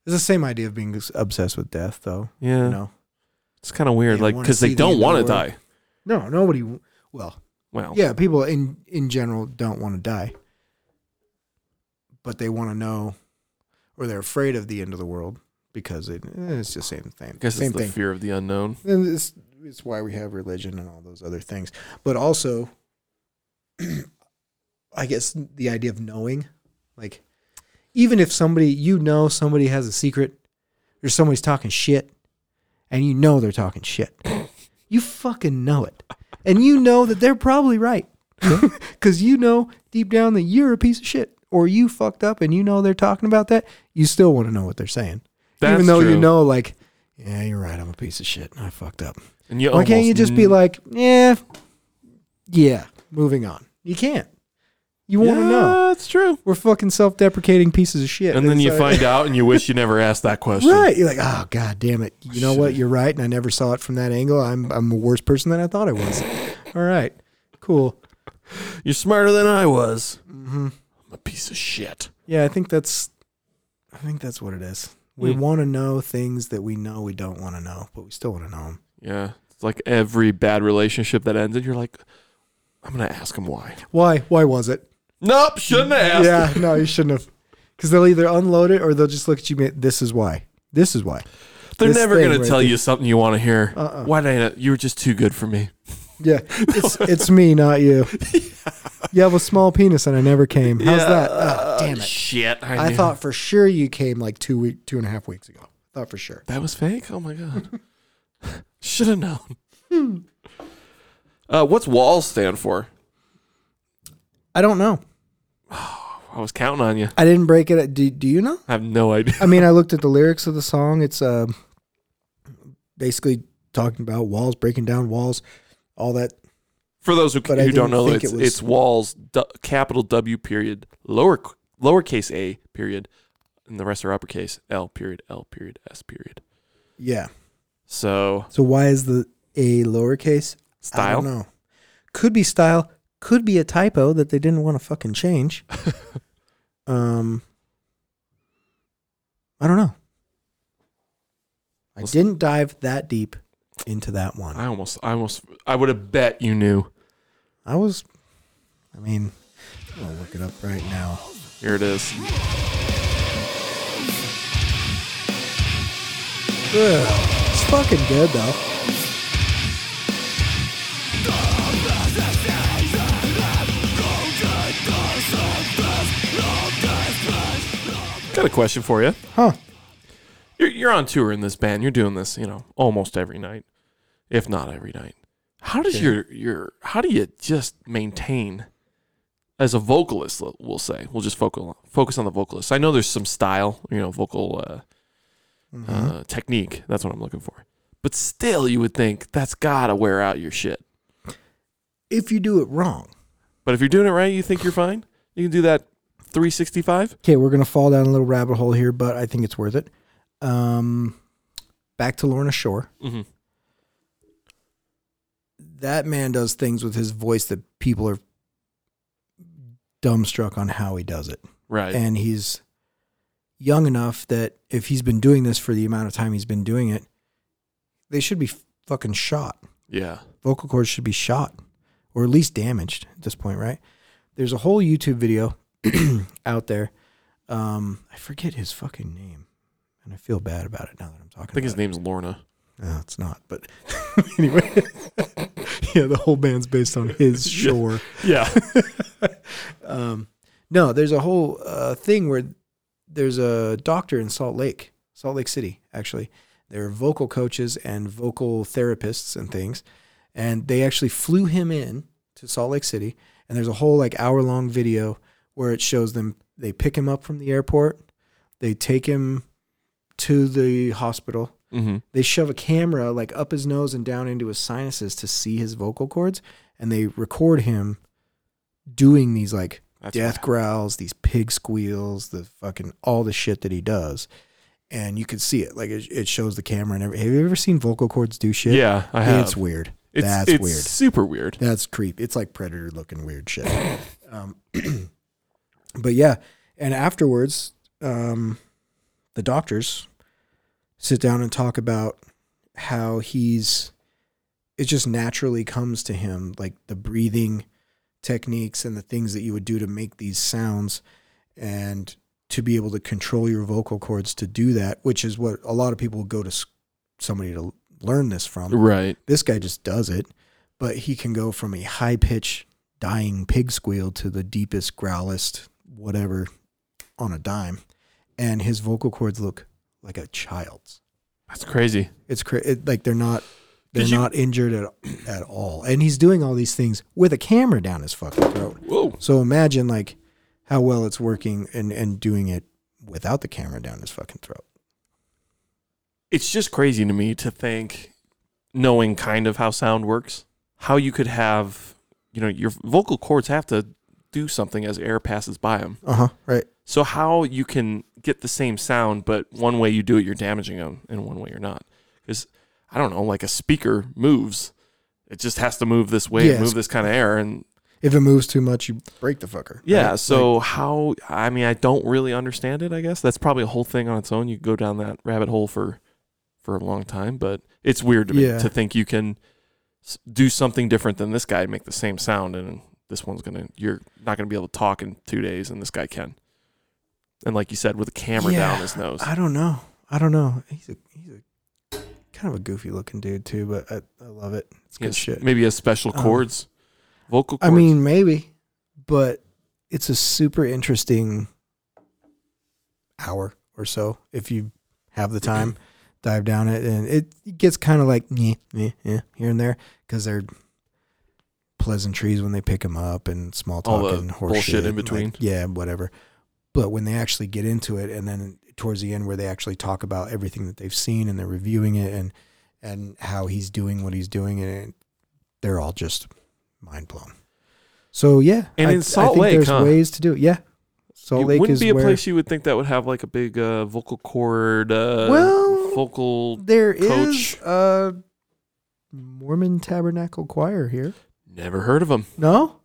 It's the same idea of being obsessed with death, though.
Yeah,
You know,
it's kind of weird.
You
Like,
wanna
because
see
they
the
don't
end of
want to
the world.
die.
no, nobody. Well,
Well,
Yeah, people in in general don't want to die, but they want to know, or they're afraid of the end of the world because it, eh, it's the same thing.
I guess
same
it's the
thing.
fear of the unknown.
And it's it's why we have religion and all those other things. But also, I guess the idea of knowing, like, even if somebody you know somebody has a secret, or somebody's talking shit, and you know they're talking shit, you fucking know it, and you know that they're probably right, because you know deep down that you're a piece of shit. Or you fucked up and you know they're talking about that, you still want to know what they're saying.
That's
Even though you
true.
know, like, yeah, you're right. I'm a piece of shit. I fucked up.
and you
Why can't
almost
you just be
kn-
like, yeah, yeah, moving on? You can't. You want to
yeah,
know.
That's true.
We're fucking self deprecating pieces of shit.
And then
It's
you
like-
find out, and you wish you never asked that question.
Right. You're like, oh, god damn it. You know what? You're right. And I never saw it from that angle. I'm, I'm a worse person than I thought I was. All right. Cool.
You're smarter than I was.
Mm-hmm.
I'm a piece of shit.
Yeah, I think that's I think that's what it is. We
Hmm.
want to know things that we know we don't want to know, but we still want to know them.
Yeah, it's like every bad relationship that ended, you're like, I'm gonna ask him why.
Why? Why was it?
Nope, shouldn't have asked.
yeah, no, you shouldn't have. Because they'll either unload it or they'll just look at you. and be, This is why. This is why.
They're
This
never
thing
gonna
right
tell
there.
you something you want to hear.
Uh-uh.
Why did I? You were just too good for me.
Yeah, it's it's me, not you. You have a small penis, and I never came. How's
Yeah,
that?
uh,
Ah, damn it!
Shit, I,
I
knew.
thought for sure you came like two week, two and a half weeks ago. Thought for sure.
that was fake. Oh my god, should have known. uh, what's wall stand for?
I don't know.
I was counting on you.
I didn't break it. Do Do you know?
I have no idea.
I mean, I looked at the lyrics of the song. It's uh, basically talking about walls, breaking down walls, all that.
For those who,
But I
who
didn't
don't know,
think
it's,
it was-
it's walls, du- capital W period, lower lowercase a period, and the rest are uppercase L period L period S period.
Yeah.
So
So why is the A lowercase? I don't
style.
know. Could be style. Could be a typo that they didn't want to fucking change. um, I don't know. I
Let's-
didn't dive that deep into that one.
I almost, I almost, I would have bet you knew.
I was, I mean, I'll look it up right now.
Here it is.
Ugh, it's fucking good though.
Got a question for you.
Huh.
You're, you're on tour in this band. You're doing this, you know, almost every night, if not every night. How does
Yeah.
your your how do you just maintain as a vocalist? l- We'll say we'll just focus focus on the vocalist. I know there's some style, you know, vocal uh,
Mhm.
uh, technique. That's what I'm looking for. But still, you would think that's gotta wear out your shit.
if you do it wrong,
But if you're doing it right, you think you're fine. You can do that 365.
okay, we're gonna fall down a little rabbit hole here, but I think it's worth it. Um, back to Lorna Shore.
Mm-hmm.
That man does things with his voice that people are dumbstruck on how he does it.
Right.
and he's young enough that if he's been doing this for the amount of time he's been doing it, they should be fucking shot.
yeah.
Vocal cords should be shot or at least damaged at this point, right? There's a whole YouTube video out there. Um, I forget his fucking name, and I feel bad about it now that I'm talking.
I think
about
his
it.
name's Lorna.
No, Uh, it's not. But anyway, yeah, the whole band's based on his shore.
Yeah.
Um, no, there's a whole uh, thing where there's a doctor in Salt Lake, Salt Lake City, actually. They're vocal coaches and vocal therapists and things. And they actually flew him in to Salt Lake City. And there's a whole like hour long video where it shows them they pick him up from the airport, they take him to the hospital,
hmm
they shove a camera like up his nose and down into his sinuses to see his vocal cords and they record him doing these like
That's
death growls these pig squeals the fucking all the shit that he does and you could see it like it, it shows the camera and every, have you ever seen vocal cords do shit
Yeah, I have.
it's weird
It's,
that's
it's
weird
Super weird.
that's creep. It's like predator looking weird shit. um, but yeah, and afterwards, um, the doctors sit down and talk about how he's. It just naturally comes to him, like the breathing techniques and the things that you would do to make these sounds, and to be able to control your vocal cords to do that, which is what a lot of people go to s- somebody to learn this from
Right.
this guy just does it but he can go from a high pitch dying pig squeal to the deepest growlest whatever on a dime and his vocal cords look like a child's
That's crazy.
it's cra- it, like they're not they're
Did you-
not injured at, at all and he's doing all these things with a camera down his fucking throat
Whoa.
so imagine like how well it's working and and doing it without the camera down his fucking throat
It's just crazy to me to think, knowing kind of how sound works, how you could have, you know, your vocal cords have to do something as air passes by them.
uh-huh right
So how you can get the same sound, but one way you do it, you're damaging them, and one way you're not. Because I don't know, like a speaker moves, it just has to move this way,
Yes.
move this kind of air, and
if it moves too much you break the fucker
Yeah.
right?
So how? I mean, I don't really understand it. I guess that's probably a whole thing on its own. You go down that rabbit hole for for a long time, but it's weird to me
Yeah.
to think you can s- do something different than this guy, make the same sound, and this one's gonna you're not gonna be able to talk in two days, and this guy can. And like you said, with a camera down
Yeah,
his nose,
I don't know. I don't know. He's a he's a kind of a goofy looking dude too, but I, I love it. It's
He
good
has-
shit.
maybe he has special
Um,
chords, vocal.
I
chords.
mean, maybe, but it's a super interesting hour or so if you have the time. Dive down it, and it gets kind of like yeah, yeah, yeah, here and there because they're pleasantries when they pick them up and small
All
talk
the
and horse
bullshit
shit
in
and, like,
between.
yeah, whatever. But when they actually get into it, and then towards the end where they actually talk about everything that they've seen and they're reviewing it and and how he's doing what he's doing, and they're all just mind blown. So yeah,
And in Salt Lake,
there's
huh?
ways to do it. Yeah, Salt
it
Lake
wouldn't
is
be a
where.
place you would think that would have like a big uh, vocal cord. Uh,
Well,
vocal.
There is
Coach.
a Mormon Tabernacle Choir here.
Never heard of them.
No,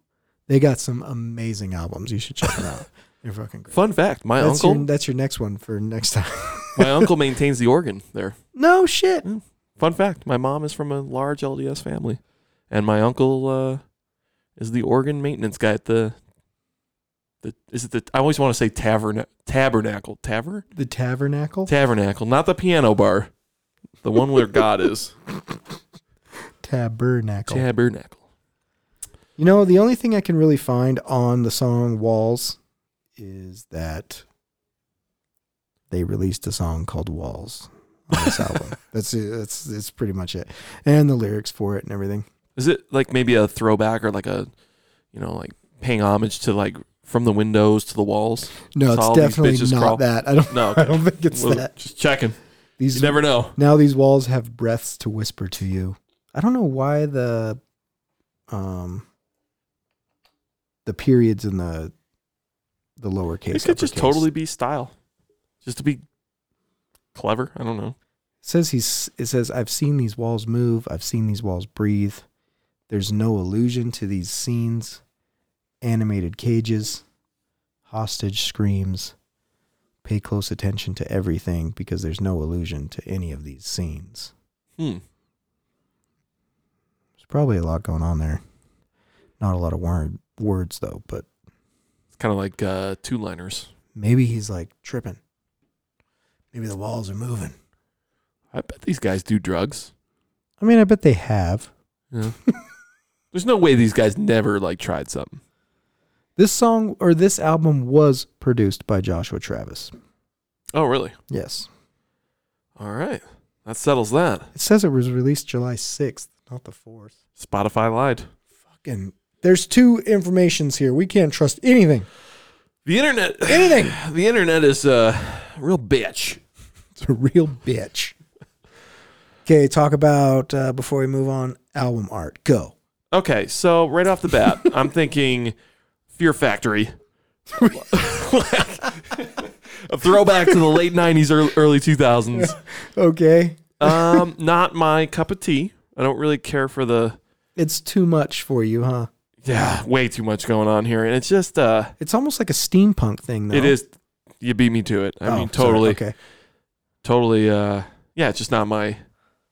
they got some amazing albums. You should check them out. They're fucking great.
Fun fact: my
that's
uncle,
your that's your next one for next time.
my uncle maintains the organ there.
No shit.
Fun fact: my mom is from a large LDS family, and my uncle uh, is the organ maintenance guy at the. The, is it the? I always want to say tavern tabernacle taver
The Tabernacle.
tabernacle, not the piano bar, the one where God is
tabernacle.
tabernacle.
You know, the only thing I can really find on the song Walls is that they released a song called Walls on this album. That's it. That's that's pretty much it. And the lyrics for it and everything.
Is it like maybe a throwback or like a, you know, like paying homage to like from the windows to the walls?
No,
So all
it's
these
definitely
bitches
not
crawl-
that. I don't
No,
I don't think it's
Well,
that.
just checking. You
These
never know.
now these walls have breaths to whisper to you. I don't know why the um the periods in the the lowercase.
It could just
uppercase.
totally be style, just to be clever. I don't know.
says he's it says i've seen these walls move i've seen these walls breathe there's no allusion to these scenes animated cages hostage screams pay close attention to everything because there's no allusion to any of these scenes
Hmm.
there's probably a lot going on there not a lot of word, words though but
It's kind of like uh, two liners.
maybe he's like tripping maybe the walls are moving
I bet these guys do drugs.
i mean i bet they have
Yeah. There's no way these guys never like tried something.
this song or this album was produced by joshua travis
Oh, really?
yes
All right. That settles that.
It says it was released July 6th, not the 4th.
Spotify lied.
Fucking. There's two informations here. We can't trust anything.
The internet.
Anything.
the internet is uh, a real bitch.
It's a real bitch. Okay, talk about uh, before we move on album art. Go.
Okay, so right off the bat, I'm thinking Fear Factory. a throwback to the late 90s, early, early 2000s.
Okay.
Um, not my cup of tea. I don't really care for the,
It's too much for you, huh?
yeah, way too much going on here. And it's just, uh,
It's almost like a steampunk thing, though.
it is, you beat me to it. I
Oh,
mean,
sorry.
totally,
Okay.
totally, uh, yeah, it's just not my,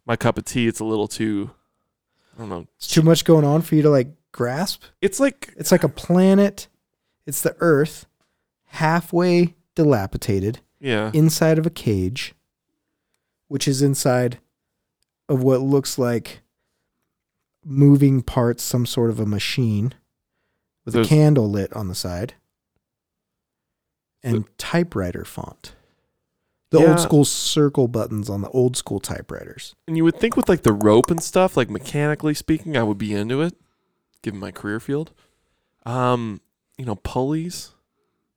my cup of tea. It's a little too, I don't know.
It's too much going on for you to like grasp.
It's like,
It's like a planet. It's the Earth, halfway dilapidated.
yeah,
inside of a cage, which is inside of what looks like moving parts, some sort of a machine with
There's-
a candle lit on the side and typewriter font. The
Yeah.
old school circle buttons on the old school typewriters.
And you would think with like the rope and stuff, like mechanically speaking, I would be into it, given my career field. Um, you know, pulleys.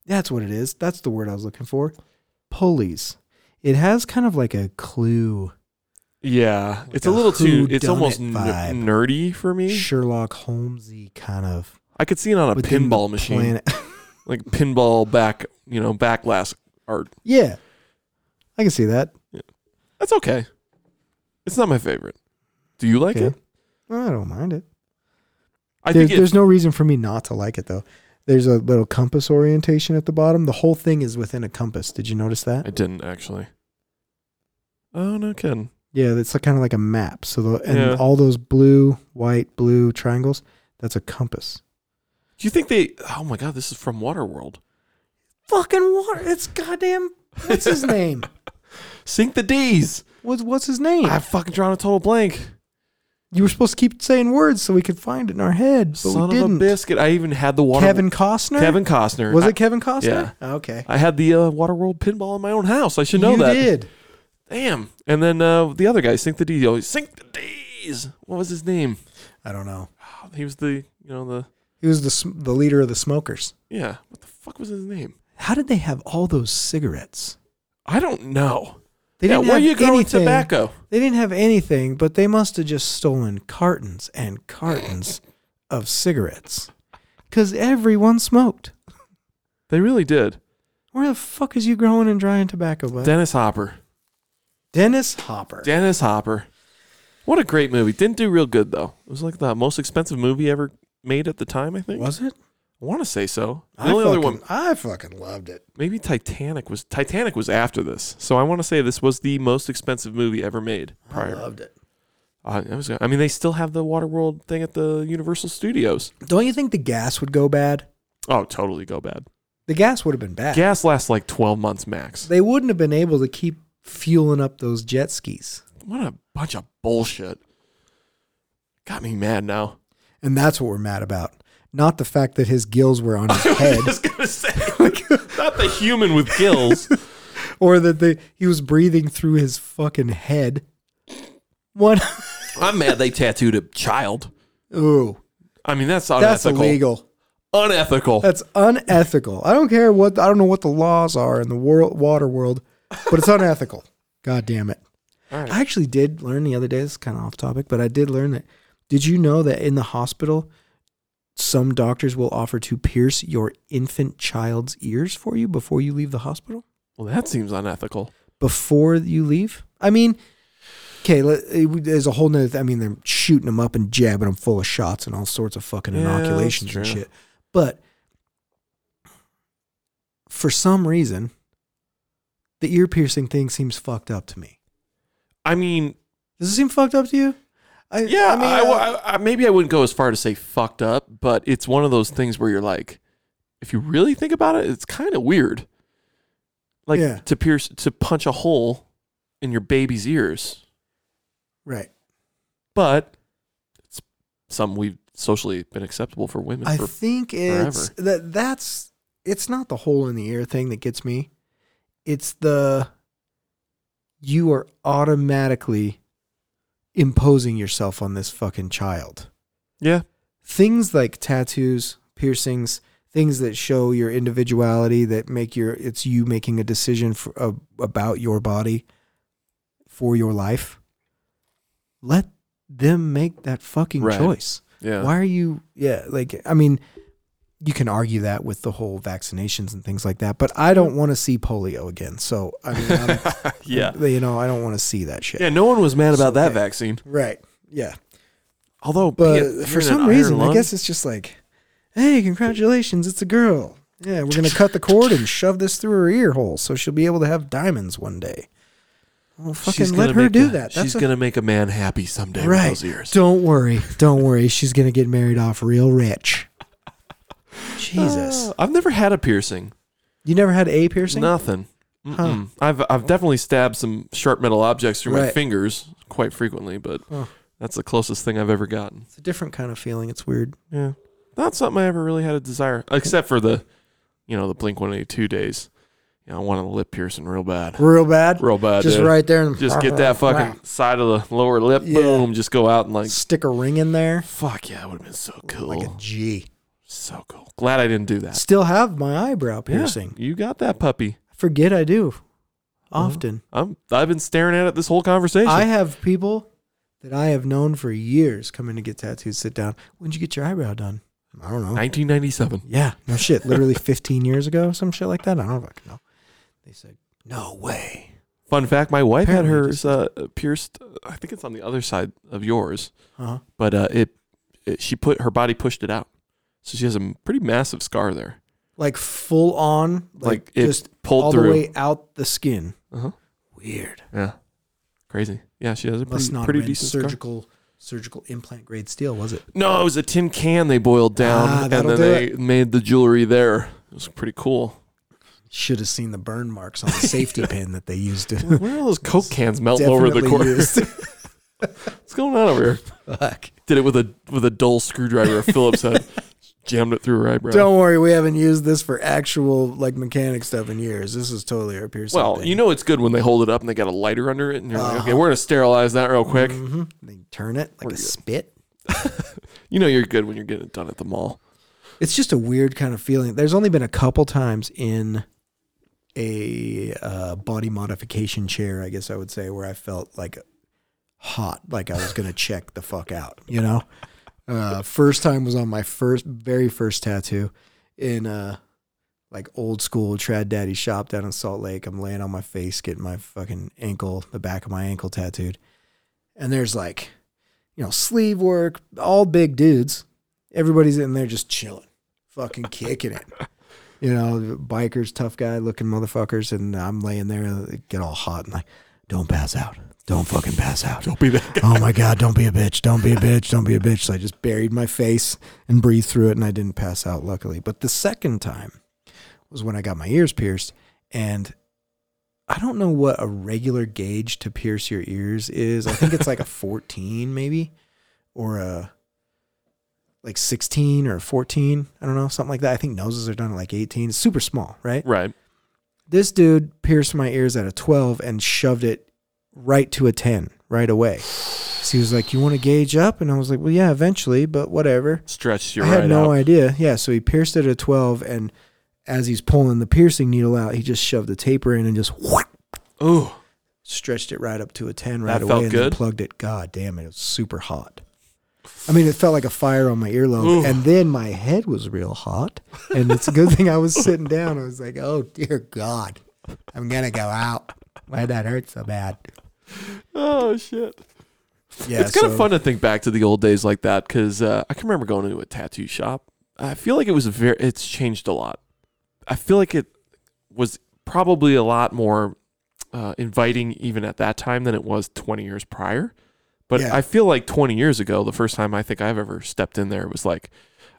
That's what it is. That's the word I was looking for. Pulleys. It has kind of like a clue
Yeah,
Like
it's a
a
little too. It's
whodunit
almost n-
vibe.
nerdy for me.
Sherlock Holmesy kind of
I could see it on a
within the
pinball machine,
planet.
like pinball back, you know, backlash art.
yeah. I can see that.
That's okay. It's not my favorite. Do you like
Okay.
it?
Well, I don't mind it.
I
There's,
think it,
there's no reason for me not to like it though. There's a little compass orientation at the bottom. The whole thing is within a compass. Did you notice
I
that?
didn't actually. Oh no, kidding.
Yeah, that's kind of like a map. So the and
Yeah.
all those blue, white, blue triangles, that's a compass.
Do you think they? Oh my god, this is from Waterworld.
Fucking water. It's goddamn what's his name?
Sink the D's.
What's what's his name?
I've fucking drawn a total blank.
you were supposed to keep saying words so we could find it in our head, but
Son
we
of a
didn't.
biscuit! I even had the water.
Kevin Costner?
Kevin Costner.
Was
I,
it Kevin Costner? Okay.
I had the uh, Waterworld pinball in my own house. I should know
you
that.
did.
Damn. And then uh, the other guy, Sink the D's. he Always Sink the D's. What was his name?
I don't know.
Oh, He was the you know the
He was the sm- the leader of the smokers.
yeah. What the fuck was his name?
How did they have all those cigarettes?
I don't know.
They
yeah,
didn't
where
have
you going with
anything.
tobacco?
They didn't have anything, but they must have just stolen cartons and cartons of cigarettes because everyone smoked.
They really did.
Where the fuck is you growing and drying tobacco, bud?
Dennis Hopper.
Dennis Hopper.
Dennis Hopper. What a great movie. Didn't do real good though. It was like the most expensive movie ever made at the time, I think.
was it?
I want to say so. The
I
only
fucking,
other one
I fucking loved it.
maybe Titanic was Titanic was after this. So I want to say this was the most expensive movie ever made
I
prior. Uh,
loved it.
I, I was gonna- I mean they still have the Waterworld thing at the Universal Studios.
Don't you think the gas would go bad?
Oh, totally go bad.
The gas would have been bad.
Gas lasts like 12 months max.
They wouldn't have been able to keep fueling up those jet skis.
What a bunch of bullshit. Got me mad now.
And that's what we're mad about. Not the fact that his gills were on his head
I was gonna say, not the human with gills.
or that they, he was breathing through his fucking head. What?
I'm mad they tattooed a child.
Ooh,
I mean, that's
that's
unethical.
illegal. Uh,
Unethical.
That's unethical. I don't care what I don't know what the laws are in the world water world, but it's unethical. God damn it.
All right.
I actually did learn the other day, this is kind of off topic, but I did learn that did you know that in the hospital some doctors will offer to pierce your infant child's ears for you before you leave the hospital?
well, that seems unethical.
Before you leave? I mean, okay, let- it would- there's a whole nother. I mean, they're shooting them up and jabbing them full of shots and all sorts of fucking
Yeah, that's
inoculations and
true.
shit. But for some reason, the ear piercing thing seems fucked up to me.
I mean,
Does it seem fucked up to you? I,
yeah, I
mean, uh,
I- I- maybe I wouldn't go as far to say fucked up, but it's one of those things where you're like, if you really think about it, it's kind of weird. Like
Yeah.
to pierce, to punch a hole in your baby's ears,
right.
but it's something we've socially been acceptable for women.
I
for,
think it's that that's it's not the hole in the ear thing that gets me. It's the you are automatically imposing yourself on this fucking child.
yeah,
Things like tattoos, piercings, things that show your individuality that make your it's you making a decision for, uh, about your body for your life. Let them make that fucking
Right.
choice
yeah.
why are you yeah like i mean you can argue that with the whole vaccinations and things like that but i don't want to see polio again so i mean I'm,
yeah.
you know i don't want to see that shit
Yeah, no one was mad about that
okay.
vaccine.
right yeah
Although,
but
being-
for
being
some
an
reason
iron lung-
i guess it's just like hey congratulations it's a girl yeah we're gonna cut the cord and shove this through her ear hole so she'll be able to have diamonons one day well
she's
fucking let
gonna
her
make
do
a-
that
she's
that's a,
gonna make a man happy someday
right
with those ears.
don't worry don't worry she's gonna get married off real rich jesus
Uh, I've never had a piercing.
You never had a piercing?
Nothing. Mm-mm. I've I've definitely stabbed some sharp metal objects through my
Right.
fingers quite frequently, but
Huh.
that's the closest thing I've ever gotten.
It's a different kind of feeling. It's weird.
Yeah, not something I ever really had a desire, except for the, you know, the Blink One Eighty Two days. You know, I wanted a lip piercing real bad,
Real bad.
real bad.
Just
dude.
right there and
Just get that fucking side of the lower lip,
Yeah.
boom. Just go out and like,
stick a ring in there.
fuck yeah, it would have been so cool.
Like a G.
So cool. Glad I didn't do that.
Still have my eyebrow
Yeah,
piercing.
you got that puppy.
Forget I do. Often.
I'm I've been staring at it this whole conversation.
I have people that I have known for years come in to get tattoos, sit down. When'd you get your eyebrow done? I don't know.
1997.
yeah. No shit. Literally 15 years ago, some shit like that. I don't fucking know. They said, no way.
Fun fact: My wife had
Apparently
hers uh, pierced. I think it's on the other side of yours,
Huh?
but uh, it, it she put her body pushed it out, so she has a m- pretty massive scar there.
Like full on,
Like,
like,
it
just
pulled
all
through.
the way out the skin.
Uh-huh.
Weird.
Yeah, crazy. Yeah, she has a
Must
pretty,
not
pretty
have been
decent scar.
surgical surgical implant grade steel, was it?
No, it was a tin can they boiled down,
Ah,
and then
that'll do
they made the jewelry there. It was pretty cool.
Should have seen the burn marks on the safety pin that they used to
Where are all those Coke cans melting over the
definitely
corner?
used.
What's going on over here?
Fuck.
Did it with a with a dull screwdriver. Phillips had jammed it through her eyebrow.
Don't worry, we haven't used this for actual like mechanic stuff in years. This is totally our piercing.
Well,
thing.
you know it's good when they hold it up and they got a lighter under it, and you're
Ah.
like, okay, we're gonna sterilize that real quick.
Mhm. they turn it like a spit.
You know you're good when you're getting it done at the mall.
It's just a weird kind of feeling. There's only been a couple times in a uh, body modification chair, I guess I would say, where I felt like hot, like I was gonna check the fuck out. You know, uh, first time was on my first, very first tattoo in uh, like old school trad daddy shop down in Salt Lake. I'm laying on my face, getting my fucking ankle, the back of my ankle tattooed. And there's like, you know, sleeve work, all big dudes. Everybody's in there just chilling, fucking kicking it. You know, bikers, tough guy looking motherfuckers. And I'm laying there, and get all hot and like, don't pass out. Don't fucking pass out.
Don't be that guy.
Oh my God, don't be a bitch. Don't be a bitch. Don't be a bitch. So I just buried my face and breathed through it and I didn't pass out, luckily. But the second time was when I got my ears pierced. And I don't know what a regular gauge to pierce your ears is. I think it's like a 14, maybe, or a like 16 or 14. I don't know, something like that. I think noses are done at like 18. It's super small, right?
Right.
This dude pierced my ears at a 12 and shoved it right to a 10 right away. 'Cause he was like, You want to gauge up? And I was like, Well, yeah, eventually, but whatever.
Stretched you
I
right
had no
out.
idea. Yeah, so he pierced it at 12, and as he's pulling the piercing needle out, he just shoved the taper in and just whack,
Ooh.
stretched it right up to a 10 right
That
away
felt
and
good?
then plugged it. God damn it, it was super hot. I mean, it felt like a fire on my earlobe,
Ooh.
and then my head was real hot. And it's a good thing I was sitting down. I was like, "Oh dear God, I'm gonna go out. Why that hurt so bad?"
Oh shit.
Yeah,
it's kind
so-
of fun to think back to the old days like that because uh, I can remember going into a tattoo shop. I feel like it was very. It's changed a lot. I feel like it was probably a lot more uh, inviting even at that time than it was 20 years prior. But
Yeah.
I feel like 20 years ago, the first time I think I've ever stepped in there was like,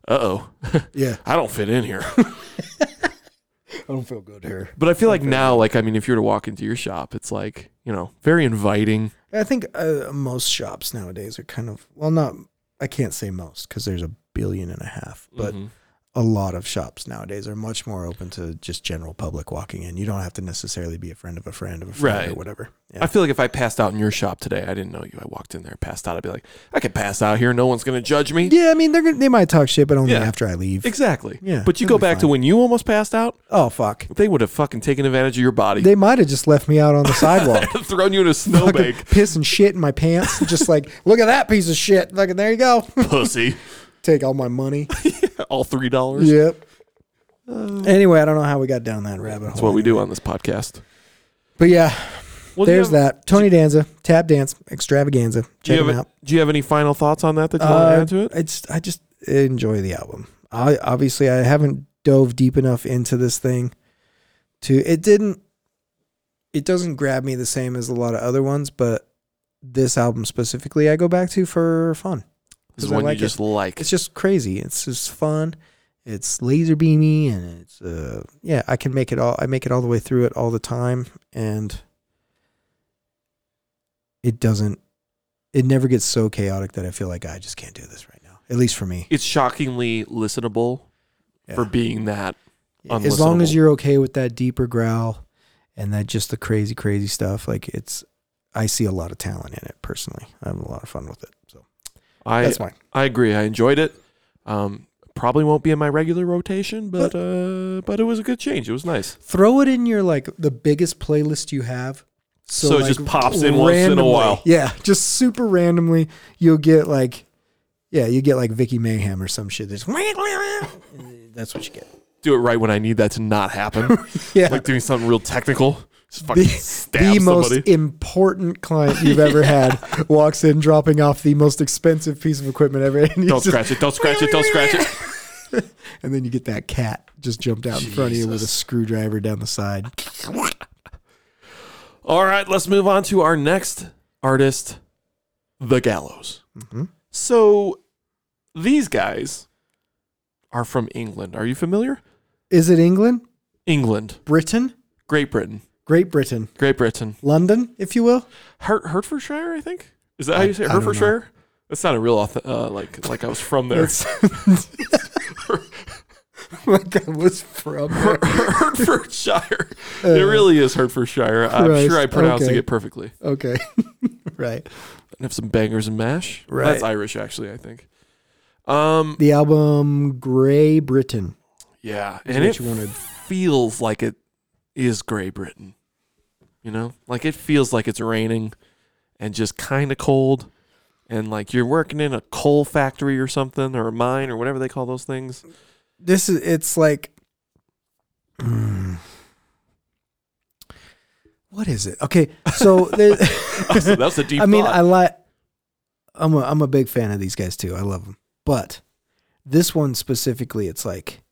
uh oh,
Yeah,
I don't fit in here.
I don't feel good here.
But I feel like now, like I mean, if you were to walk into your shop, it's like you know, very inviting.
I think uh, most shops nowadays are kind of well, not I can't say most because there's a billion and a half, but
Mhm.
a lot of shops nowadays are much more open to just general public walking in. You don't have to necessarily be a friend of a friend of a friend or
Right.
whatever.
I
Yeah.
feel like if I passed out in your shop today, I didn't know you. I walked in there, passed out. I'd be like, I could pass out here. No one's gonna judge me.
yeah, I mean they're gonna, they might talk shit, but only
Yeah.
after I leave.
Exactly.
Yeah,
But you
that'd
go
be
back to
fine.
when you almost passed out,
oh fuck,
they would have fucking taken advantage of your body,
they might have just left me out on the sidewalk.
thrown you in a
Fucking
snowbank,
piss and shit in my pants, just like look at that piece of shit. Fucking there you go.
pussy.
Take all my money.
All three dollars. Uh,
yep. anyway, I don't know how we got down that rabbit hole.
That's what we do on this podcast.
But yeah,
Well, do you
There's
have-
that. Tony Danza, Tap Dance, Extravaganza.
Do
Check
you,
him
have,
out.
do you have any final thoughts on that that you want to
Uh,
add to it?
It's I just enjoy the album. I obviously I haven't dove deep enough into this thing to it didn't it doesn't grab me the same as a lot of other ones, but this album specifically I go back to for fun.
This is
'cause I
one
like
you
it.
just like.
It's just crazy. It's just fun. It's laser beamy and it's uh yeah, I can make it all I make it all the way through it all the time and it doesn't it never gets so chaotic that I feel like I just can't do this right now. At least for me.
It's shockingly listenable
Yeah.
for being that.
as long
unlistenable.
as you're okay with that deeper growl and that just the crazy crazy stuff like it's I see a lot of talent in it personally. I have a lot of fun with it. So
I
that's mine.
I agree. I enjoyed it. Um, probably won't be in my regular rotation, but uh, but it was a good change. It was nice.
throw it in your like the biggest playlist you have.
So it just pops in once in a
randomly-
while.
Yeah, just super randomly, you'll get like, yeah, you get like Vicky Mayhem or some shit. That's that's what you get.
Do it right when I need that to not happen.
Yeah,
like doing something real technical. Just fucking
the,
stab
the most
somebody.
important client you've ever had walks in, dropping off the most expensive piece of equipment ever, and you
Don't
just-
scratch it. Don't scratch it. Don't scratch it.
and then you get that cat just jumped out in front of you with a screwdriver down the side.
All right, let's move on to our next artist, The Gallows.
Mm-hmm.
So these guys are from England. Are you familiar?
Is it England,
England,
Britain,
Great Britain,
Great Britain,
Great Britain.
London, if you will?
Hert- Hertfordshire, I think. Is that how you say
I
it?
don't know.
Hertfordshire? That sounded real auth- uh, like like I was from there.
It's like I was from. Uh,
Her- Hertfordshire. it really is Hertfordshire. I'm sure I
Christ,
pronounced
okay.
it perfectly.
Okay, right.
And have some bangers and mash.
Right.
That's Irish, actually. I think. Um.
The album Grey Britain.
Yeah.
Is
And
what
it
you wanted.
feels like it is Great Britain. You know, like it feels like it's raining, and just kind of cold, and like you're working in a coal factory or something, or a mine, or whatever they call those things.
This is it's like Mm. What is it? Okay, so there,
That's, that's a deep.
I mean,
thought.
I like. I'm a I'm a big fan of these guys too. I love them, but this one specifically, it's like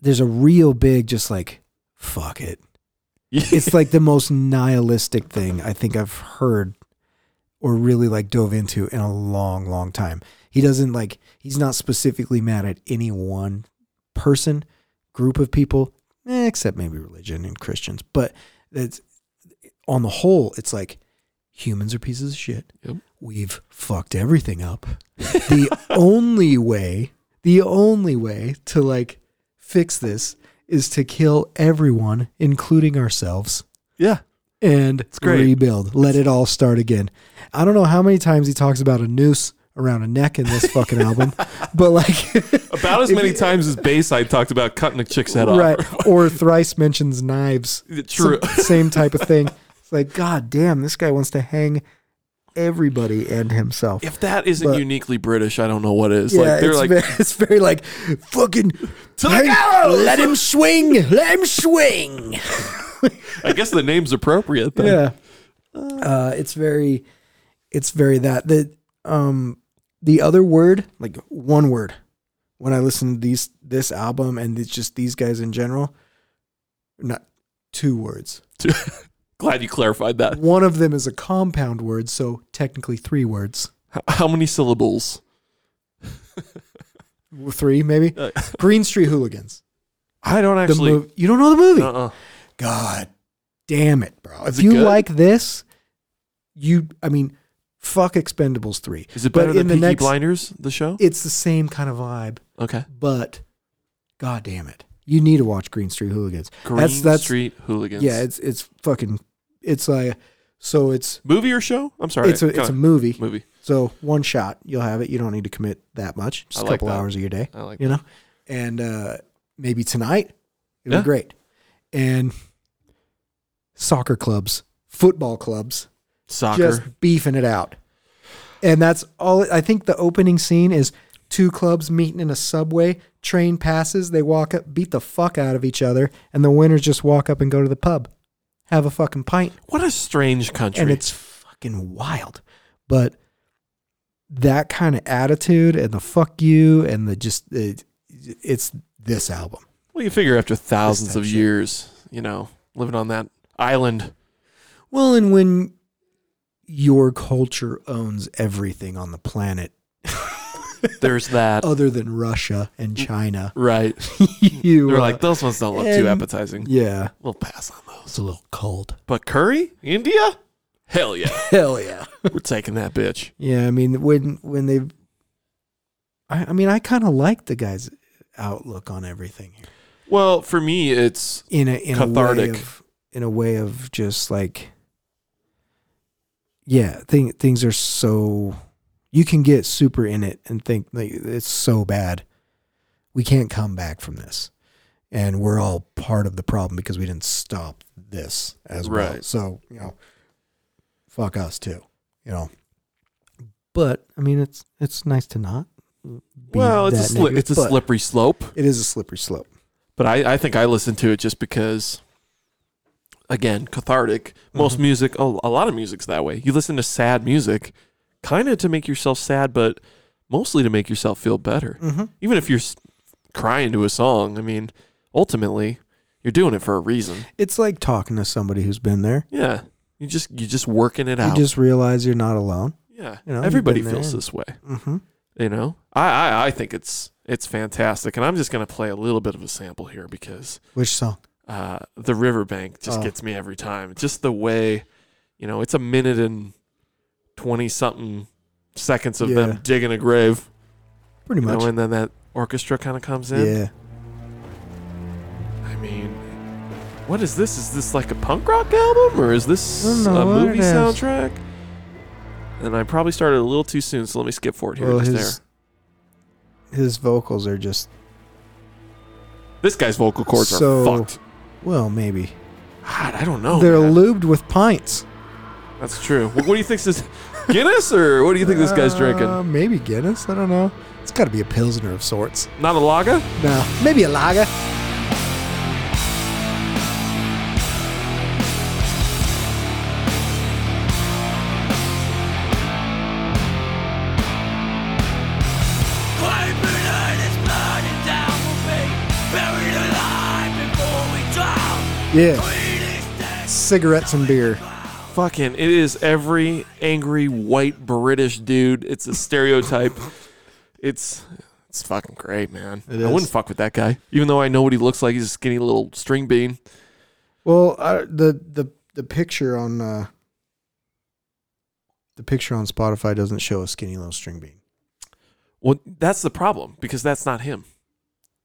there's a real big, just like fuck it. It's like the most nihilistic thing I think I've heard or really like dove into in a long, long time. He doesn't like. He's not specifically mad at any one person, group of people, eh, except maybe religion and Christians. But it's on the whole, it's like humans are pieces of shit.
Yep.
We've fucked everything up. the only way, the only way to like fix this is to kill everyone, including ourselves,
yeah,
and
great.
rebuild. Let it all start again. I don't know how many times he talks about a noose around a neck in this fucking album, but like
about as
If
many
you-
times as Bayside talked about cutting a chick's head off.
Right. Or thrice mentions knives.
True.
Some- same type of thing. It's like, God damn, this guy wants to hang everybody and himself.
If that isn't
But-
uniquely British, I don't know what is. like they're
it's,
like,
very, it's very like fucking
the
hang-
gallows!
let him swing, let him swing.
I guess the name's appropriate. Then.
yeah. Uh, it's very, it's very that the um the other word like one word when I listen to these this album and it's just these guys in general, not two words.
Glad you clarified that.
One of them is a compound word, so technically three words,
H- How many syllables?
three maybe.
Uh,
Green Street Hooligans.
I don't
The
actually.
mov- you don't know the movie.
Uh-uh.
God damn it, bro!
Is
If
it
you
good?
like this, you I mean, fuck Expendables three.
Is it
But
better than
in the
Peaky
next-
Blinders? The show?
It's the same kind of vibe,
Okay.
but god damn it, you need to watch Green Street Hooligans.
Green Street Hooligans.
Yeah, it's it's fucking it's like so it's
movie or show? I'm sorry.
it's a
Kinda
it's a movie.
movie.
So one shot, you'll have it. You don't need to commit that much. Just
I
a
like
couple
that.
hours of your day.
I like.
you know, and uh, maybe tonight it'd
Yeah.
be great. And soccer clubs, football clubs,
Soccer.
just beefing it out. And that's all. I think the opening scene is two clubs meeting in a subway. Train passes. They walk up, beat the fuck out of each other, and the winners just walk up and go to the pub, have a fucking pint,
what a strange country.
and it's fucking wild. But that kind of attitude and the fuck you and the just it, it's this album.
well, you figure after thousands
type
of
shit.
years, you know, living on that island.
Well, and when your culture owns everything on the planet
There's that.
other than Russia and China,
Right.
you
They're
uh,
like those ones don't look too
and-
appetizing.
yeah,
We'll pass on those.
"Oh, it's a little cold.
But curry, India, hell yeah,
Hell yeah.
we're taking that bitch.
Yeah, I mean when when they, I, I mean I kind of like the guy's outlook on everything here.
Well, for me, it's
in a in a
Cathartic.
way of in a way of just like yeah thing, things are so you can get super in it and think like it's so bad we can't come back from this and we're all part of the problem because we didn't stop this as well
Right.
so you know fuck us too you know but i mean it's it's nice to not be
well, it's a
that
sli-
negative,
it's a
but
slippery slope.
it is a slippery slope
But I, I think I listen to it just because, again, cathartic. Most
Mhm.
music, a, a lot of music's that way. You listen to sad music, kind of to make yourself sad, but mostly to make yourself feel better.
mm-hmm.
Even if you're s- crying to a song, I mean, ultimately, you're doing it for a reason.
it's like talking to somebody who's been there
Yeah, you just you're just working it
you
out.
just realize you're not alone.
yeah,
you know, you've
everybody
been
feels
there.
this way.
Mm-hmm.
you know I, I i think it's it's fantastic and i'm just going to play a little bit of a sample here because
Which song?
uh the riverbank just
Oh.
gets me every time just the way you know it's a minute and 20 something seconds of
Yeah.
them digging a grave
Pretty
you
much.
know and then that orchestra kind of comes in
yeah.
i mean what is this is this like a punk rock album or is
I don't
this
know
a
what it
movie
is.
soundtrack and i probably started a little too soon so let me skip forward here
Well,
just
his his vocals are just
there this guy's vocal cords
So-
are fucked
well, maybe
God, I don't know.
they're
man.
lubed with pints.
That's true. What, what do you think this Guinness or what do you think this guy's
Uh,
drinking?
maybe Guinness. I don't know. It's got to be a pilsner of sorts.
Not a lager?
No, maybe a lager. Yeah. Cigarettes and beer.
Fucking, it is every angry white British dude. It's a stereotype. it's it's fucking great, man.
It
I
is.
wouldn't fuck with that guy, even though I know what he looks like. He's a skinny little string bean.
Well, I, the the the picture on uh, the picture on Spotify doesn't show a skinny little string bean.
Well, that's the problem because that's not him.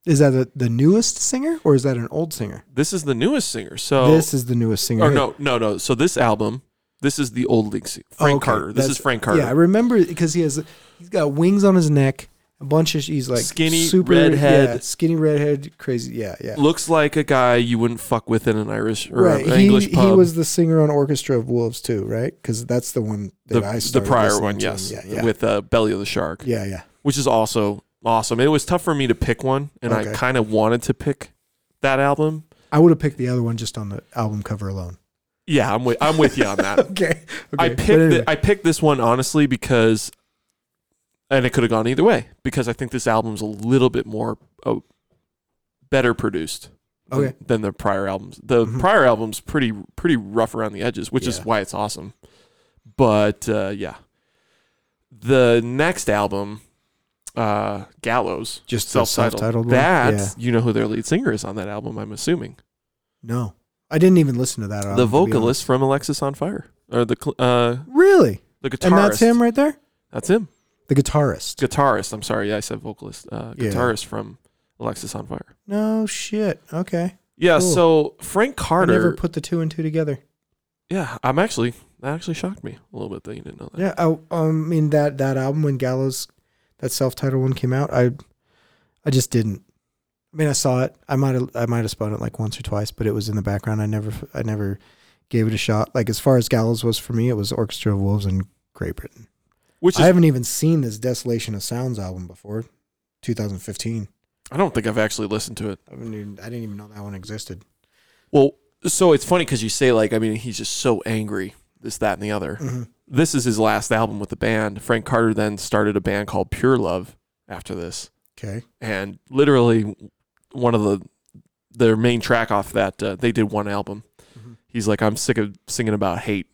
Is that the, the newest singer or is that an old singer?
This is the newest singer. So
This is the newest singer.
or no, no, no. So this album, this is the old league. se- Frank
okay.
Carter. This
That's-
is Frank Carter.
Yeah, I remember because he has he's got wings on his neck, a bunch of he's like
Skinny
super
redhead.
yeah, skinny redhead, crazy. Yeah, yeah.
Looks like a guy you wouldn't fuck with in an Irish or
Right.
an
He
English pub.
he was the singer on Orchestra of Wolves too, right? Because that's the one that
the,
I
the
started
prior
listening
one,
to him.
yes,
Yeah, yeah.
with uh, Belly of the Shark,
yeah, yeah.
which is also awesome. It was tough for me to pick one, and I
Okay.
kind of wanted to pick that album.
I would have picked the other one just on the album cover alone.
Yeah, I'm with I'm with you on that.
Okay. okay.
I
But
picked
anyway.
the, I picked this one honestly because, and it could have gone either way because I think this album's a little bit more uh, better produced. than-
Okay.
Than the prior albums. The
Mhm.
prior album's pretty pretty rough around the edges, which
Yeah.
is why it's awesome. But uh, yeah, the next album, uh, Gallows,
just the
self-titled.
self-titled one?
That
Yeah.
you know who their lead singer is on that album. I'm assuming
No, I didn't even listen to that. Album,
the
Um, to be honest.
vocalist from Alexis on Fire or the cl- uh,
Really?
the guitarist.
And that's him right there?
That's him.
The guitarist.
guitarist. I'm sorry, yeah, I said vocalist. Uh,
Yeah.
guitarist from Alexis on Fire.
No shit. Okay.
Yeah.
Cool.
So Frank Carter.
I never put the two and two together.
yeah, I'm actually that actually shocked me a little bit that you didn't know that.
Yeah, I, um, I mean that that album when Gallows that self-titled one came out, I I just didn't. I mean, I saw it. I might have I might have spun it like once or twice, but it was in the background. I never I never gave it a shot. Like as far as Gallows was for me, it was Orchestra of Wolves and Great Britain.
Which is
I
I,
haven't even seen this Desolation of Sounds album before, 2015.
don't think I've actually listened to it.
I, haven't even, I didn't even know that one existed.
Well, so it's funny because you say like, I mean, he's just so angry, this, that, and the other.
Mm-hmm.
This is his last album with the band. Frank Carter then started a band called Pure Love after this.
Okay.
and literally one of the their main track off that uh, they did one album.
Mhm.
He's like, I'm sick of singing about hate,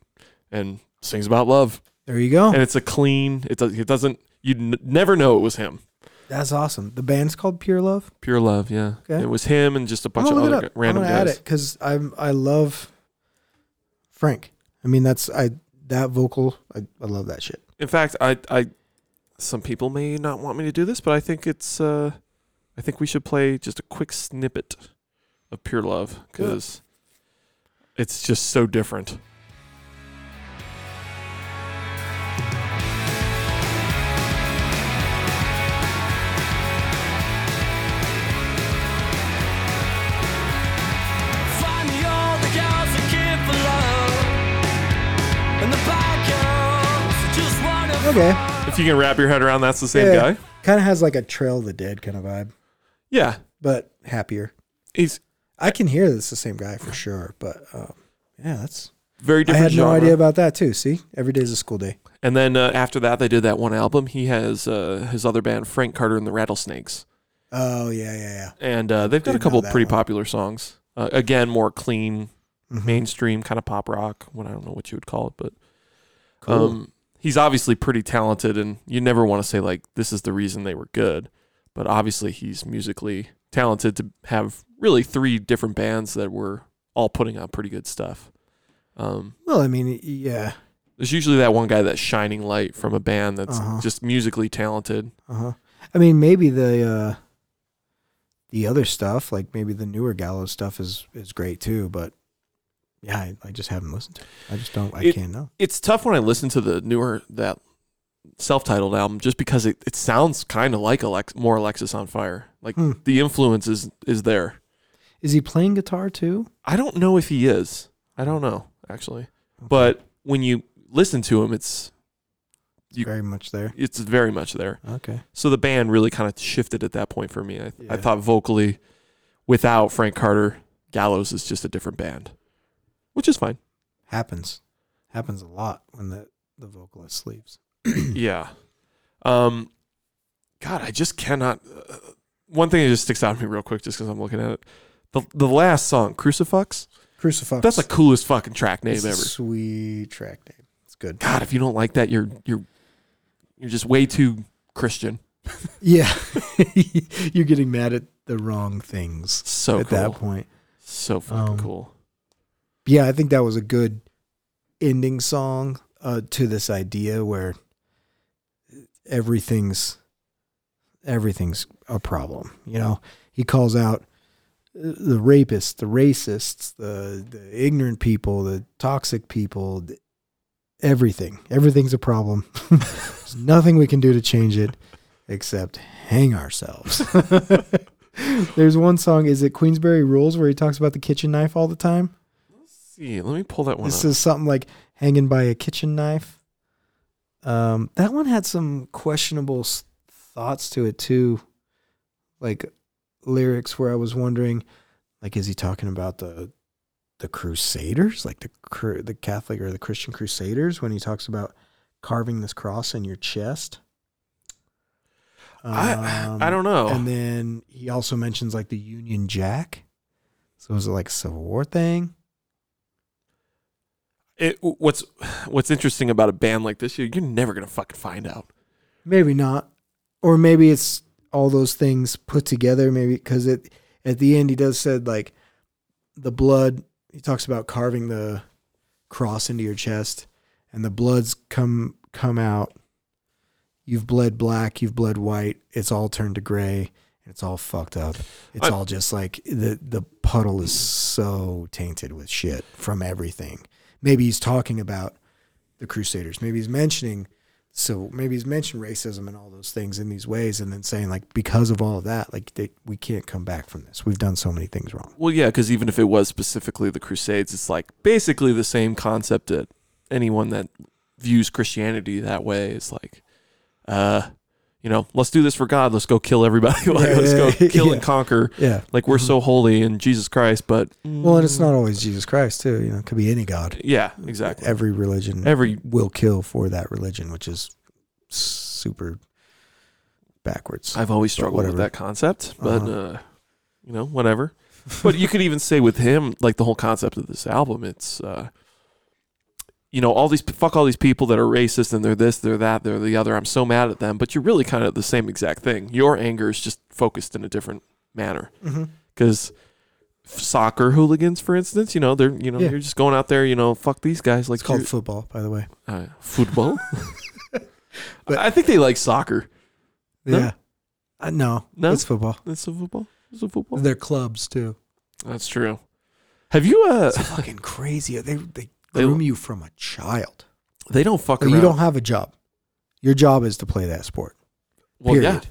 and sings about love,
There you go.
and it's a clean. It does. It doesn't. You would never know it was him.
That's awesome. The band's called Pure Love.
Pure love. Yeah,
Okay.
it was him and just a bunch
I'm
of
gonna look
other
it
gu-
up.
random
I'm gonna
guys.
add it because I'm I love Frank. I mean that's I that vocal I, I love that shit.
In fact, I, I, some people may not want me to do this, but I think it's. Uh, I think we should play just a quick snippet of Pure Love because it's just so different.
Find me all the girls that give for love, and the bad girls who just wanna.
Okay.
If you can wrap your head around that's the same guy.
Kind of has like a Trail of the Dead kind of vibe,
Yeah.
but happier.
He's
I can hear that's the same guy for sure. But um, yeah, that's
very
I
different.
had no
genre.
idea about that too. See, every day's a school day.
And then uh, after that, they did that one album. He has uh, his other band, Frank Carter and the Rattlesnakes,
Oh yeah, yeah,
and uh, they've
Didn't
done a
know
couple
that
pretty
one.
popular songs. Uh, again, more clean,
yeah. Mhm.
mainstream kind of pop rock. What I don't know what you would call it, but
Cool.
um, he's obviously pretty talented, and you never want to say like this is the reason they were good, but obviously he's musically talented to have really three different bands that were all putting out pretty good stuff. Um,
well, I mean, yeah.
There's usually that one guy that's shining light from a band that's
Uh-huh.
just musically talented.
Uh-huh. I mean, maybe the uh the other stuff, like maybe the newer Gallows stuff is is great too, but yeah, I, I just haven't listened to it. I just don't I
It-
can't know.
It's tough when I listen to the newer that self-titled album just because it, it sounds kind of like Alex, more Alexis on Fire. Like
Hmm.
the influence is is there.
Is he playing guitar too?
I don't know if he is. I don't know actually. But when you listen to him, it's you-
very much there.
it's very much there.
Okay.
So the band really kind of shifted at that point for me. I,
Yeah.
I thought vocally, without Frank Carter, Gallows is just a different band, which is fine.
Happens. Happens a lot when the the vocalist leaves.
Yeah. Um, God, I just cannot. Uh, one thing that just sticks out to me real quick, just because I'm looking at it. The, the last song, Crucifix,
Crucifix.
That's the coolest fucking track name
It's a
ever.
Sweet track name. It's good.
God, if you don't like that, you're you're you're just way too Christian.
Yeah. You're getting mad at the wrong things
So
at
cool.
that point.
So fucking
Um,
cool.
yeah, I think that was a good ending song uh, to this idea where everything's everything's a problem. You know, he calls out uh, the rapists, the racists, the the ignorant people, the toxic people, th- everything. Everything's a problem. There's nothing we can do to change it except hang ourselves. There's one song, is it Queensberry Rules, where he talks about the kitchen knife all the time?
see, let me pull that one
This
up.
is something like hanging by a kitchen knife. Um, that one had some questionable s- thoughts to it too, like lyrics where I was wondering, like, is he talking about the the Crusaders, like the cru- the Catholic or the Christian Crusaders, when he talks about carving this cross in your chest?
I
Um,
I don't know.
and then he also mentions like the Union Jack. So is it like a Civil War thing?
it, what's what's interesting about a band like this, you're, you're never gonna fucking find out.
Maybe not. Or maybe it's all those things put together. Maybe because it at the end he does said like the blood. He talks about carving the cross into your chest, and the bloods come come out. You've bled black. You've bled white. It's all turned to gray. and It's all fucked up. It's
I-
all just like the the puddle is so tainted with shit from everything. Maybe he's talking about the Crusaders. Maybe he's mentioning so maybe he's mentioned racism and all those things in these ways, and then saying like because of all of that, like they, we can't come back from this. We've done so many things wrong.
Well, yeah, because even if it was specifically the Crusades, it's like basically the same concept that anyone that views Christianity that way is like, uh, you know, let's do this for God. Let's go kill everybody. Like,
Yeah,
let's
yeah,
go
yeah.
kill
Yeah.
and conquer.
Yeah.
Like we're so holy in Jesus Christ, but mm,
Well, and it's not always Jesus Christ too. You know, it could be any god.
yeah, exactly.
Every religion
Every
will kill for that religion, which is super backwards.
I've always struggled with
whatever.
that concept, but
Uh-huh.
uh, you know, whatever. but you could even say with him, like the whole concept of this album, it's uh, you know, all these fuck all these people that are racist and they're this, they're that, they're the other. I'm so mad at them, but you're really kind of the same exact thing. Your anger is just focused in a different manner
Mhm.
because soccer hooligans, for instance, you know, they're you know,
Yeah.
you're just going out there, you know, fuck these guys, like
It's called
you're-
football, by the way.
uh, football.
But-
I think they like soccer. No?
Yeah. Uh, no,
No? Oh.
it's football.
That's a football. It's a football.
They're clubs too.
That's true. Have you uh
It's fucking crazy. They they
They-
groom you from a child.
they don't fuck
But
around.
Oh, you don't have a job. Your job is to play that sport.
well,
period.
yeah.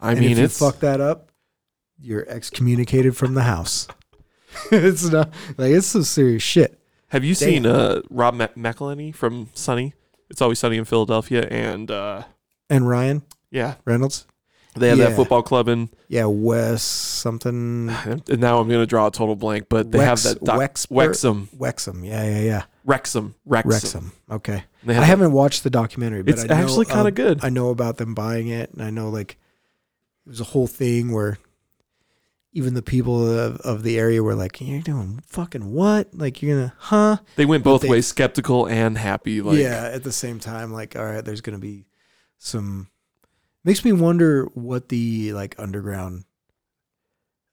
I
And
mean
if you
it's
fuck that up, you're excommunicated from the house. it's not like it's some serious shit.
Have you seen
Damn.
uh Rob Mac- McElhenney from Sunny? It's always sunny in Philadelphia and uh
And Ryan
yeah,
Reynolds,
they have
Yeah.
that football club in
yeah, Wes something,
and now I'm going to draw a total blank, but they
Wex-
have that doc-
Wexper-
Wexham,
Wexham, yeah, yeah, yeah,
Wrexham, Wrexham.
Wrexham. Okay,
They
I
that-
haven't watched the documentary, but
It's
I know,
actually kinda
um,
good.
I know about them buying it, and I know like it was a whole thing where even the people of, of the area were like, "You're doing fucking what? Like you're gonna, huh?"
they went
but
both
they-
ways, skeptical and happy like
yeah, at the same time, like, all right, there's gonna be some. Makes me wonder what the like underground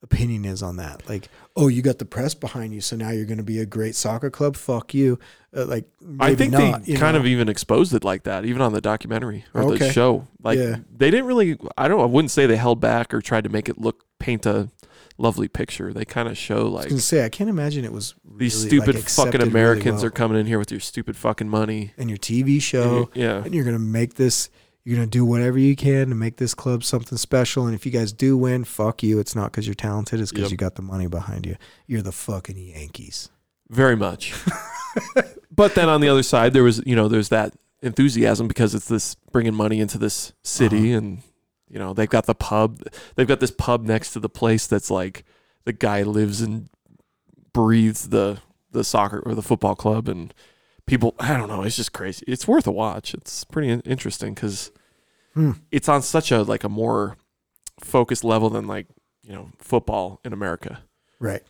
opinion is on that. Like, oh, you got the press behind you, so now you're gonna be a great soccer club. Fuck you. Uh, like,
I
maybe
think
not,
they
you
kind
know?
of even exposed it like that, even on the documentary or
Okay.
the show. Like
Yeah.
they didn't really. I don't. I wouldn't say they held back or tried to make it look paint a lovely picture. They kind of show
I was
like
gonna say, I can't imagine it was really,
these stupid
like, accepted
fucking
really
Americans are
well.
coming in here with your stupid fucking money.
and your TV show,
yeah,
and you're gonna make this. You're gonna do whatever you can to make this club something special. And if you guys do win, fuck you. It's not because you're talented. It's because
Yep.
you got the money behind you. You're the fucking Yankees.
very much. but then on the other side, there was you know there's that enthusiasm because it's this bringing money into this city and you know they've got the pub they've got this pub next to the place that's like the guy lives and breathes the the soccer or the football club and people I don't know it's just crazy it's worth a watch it's pretty in- interesting because
Hmm.
it's on such a like a more focused level than like you know football in America
Right.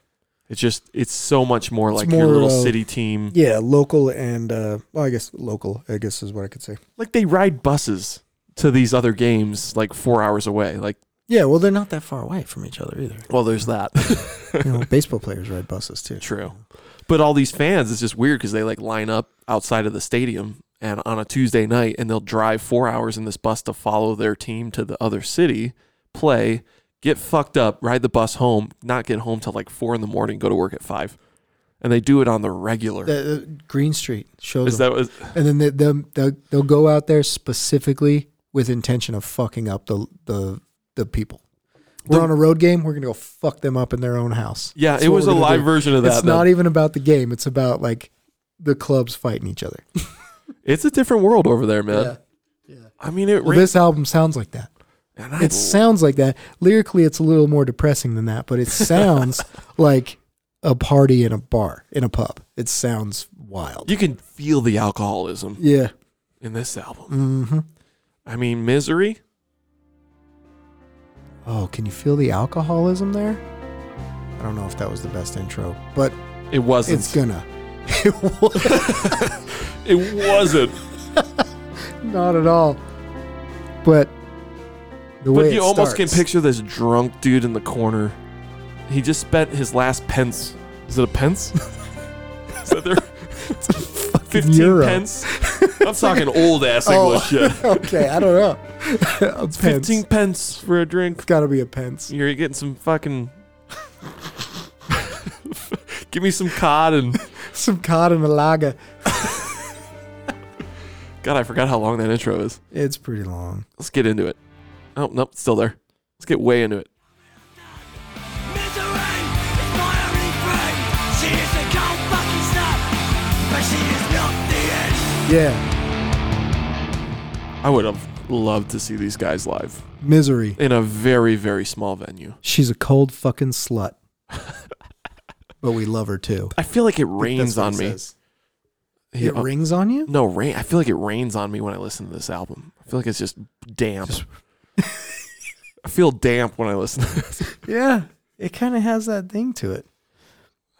It's just it's so much more like your
more,
little
uh,
city team.
Yeah, local and uh, well, I guess local. I guess is what I could say.
Like they ride buses to these other games like four hours away. Like
Yeah, well, they're not that far away from each other either.
well, there's that.
You know, baseball players ride buses too.
True. But all these fans, it's just weird because they like line up outside of the stadium and on a Tuesday night, and they'll drive four hours in this bus to follow their team to the other city, play, get fucked up, ride the bus home, not get home till like four in the morning, go to work at five, and they do it on the regular.
The, the Green Street shows
Is
them,
that was
and then they, they'll, they'll they'll go out there specifically with intention of fucking up the the the people. We're
The-
on a road game. We're gonna go fuck them up in their own house.
yeah?
That's
it
what
was a
we're gonna
live
do.
version of that.
It's
though.
not even about the game. It's about like the clubs fighting each other.
it's a different world over there, man. I mean, it.
Well,
rains
this album sounds like that.
and I
It sounds like that. Lyrically, it's a little more depressing than that, but it sounds like a party in a bar, in a pub. It sounds wild.
you can feel the alcoholism
Yeah.
in this album.
hmm
I mean, misery.
Oh, can you feel the alcoholism there? I don't know if that was the best intro, but
It wasn't.
it's gonna. It was
It wasn't.
not at all. But the way
But
it
you almost can
starts-
picture this drunk dude in the corner. He just spent his last pence. Is it a pence? Is that there?
It's a fucking
Fifteen
euro.
pence. I'm talking old ass
Oh.
English shit.
okay, I don't know. a pence.
Fifteen pence for a drink.
It's got to be a pence.
You're getting some fucking. Give me some cod and
Some cod and a lager.
God, I forgot how long that intro is.
It's pretty long.
Let's get into it. Oh nope, still there. Let's get way into it.
Misery is my only friend. She is a cold fucking slut, but she is not the end.
Yeah,
I would have loved to see these guys live
misery.
in a very very small venue.
She's a cold fucking slut. but we love her too.
I feel like it
I think that's
rains
what
on
it
me.
says.
Yeah,
It
uh,
rings on you?
No rain. I feel like it rains on me when I listen to this album. I feel like it's just damp.
Just-
I feel damp when I listen. to this.
Yeah. It kind of has that thing to it.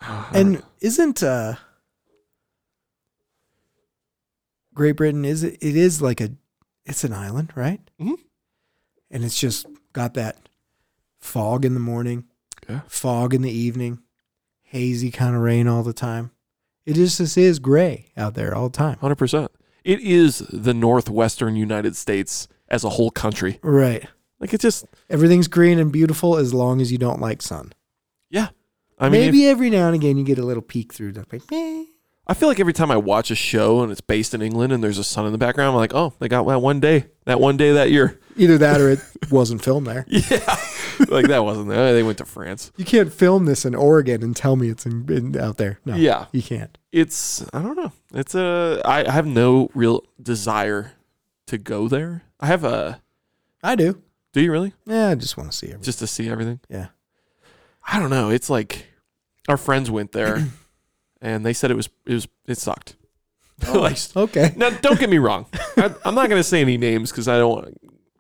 I don't know.
And isn't uh Great Britain is it it is like a it's an island, right?
Mhm.
And it's just got that fog in the morning,
Yeah.
fog in the evening, hazy kind of rain all the time. It just this is gray out there all the time.
100%. It is the northwestern United States as a whole country.
Right.
Like it just
Everything's green and beautiful as long as you don't like sun.
yeah. I mean, if-
Maybe every now and again you get a little peek through the like, eh.
I feel like every time I watch a show and it's based in England and there's a sun in the background, I'm like, "Oh, they got that one day. That one day that year."
Either that or it wasn't filmed there.
Yeah. like that wasn't there. They went to France.
You can't film this in Oregon and tell me it's in, in out there. No.
Yeah.
You can't.
it's I don't know. It's a I, I have no real desire to go there. I have a
I do.
do you really
Yeah, I just want to see everything.
just to see everything?
Yeah.
I don't know. It's like our friends went there and they said it was it was it sucked. like
Okay.
now, don't get me wrong. I, I'm not going to say any names because I don't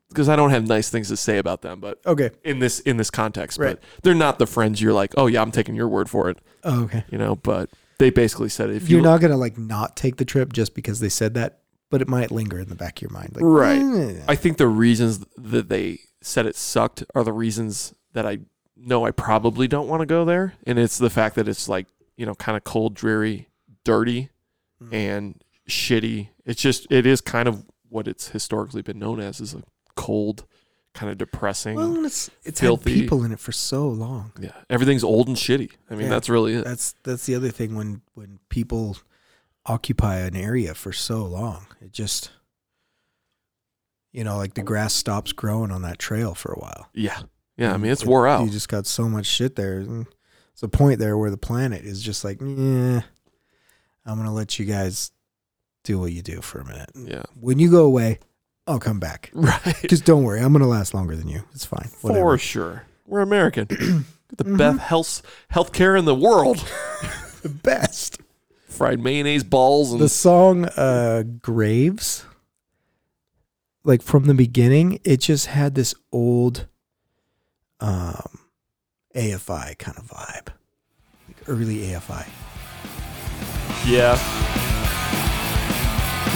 because I don't have nice things to say about them. But
Okay.
in this in this context,
Right.
but they're not the friends you're like, oh yeah, I'm taking your word for it,
Oh, okay.
you know. But they basically said if
You're
you
not gonna like not take the trip just because they said that, but it might linger in the back of your mind. Like,
Right.
eh.
I think the reasons that they said it sucked are the reasons that I know I probably don't want to go there. And it's the fact that it's like, you know, kind of cold, dreary, dirty,
Mm-hmm.
and shitty. It's just, it is kind of what it's historically been known as is a cold, kind of depressing.
well, and it's it's
Filthy.
had people in it for so long.
yeah. Everything's old and shitty. I mean,
Yeah.
that's really it.
That's that's the other thing when when people occupy an area for so long, it just you know, like the grass stops growing on that trail for a while.
Yeah. Yeah. I mean, it's
It-
wore out.
You just got so much shit there. And It's a point there where the planet is just like, yeah, I'm gonna let you guys do what you do for a minute.
Yeah.
When you go away, I'll come back.
Right.
Because don't worry, I'm gonna last longer than you. It's fine.
For sure. We're American. Got the best health healthcare in the world.
the best.
Fried mayonnaise balls and
The song uh, "Graves," like from the beginning, it just had this old um, AFI kind of vibe, like early AFI.
Yeah.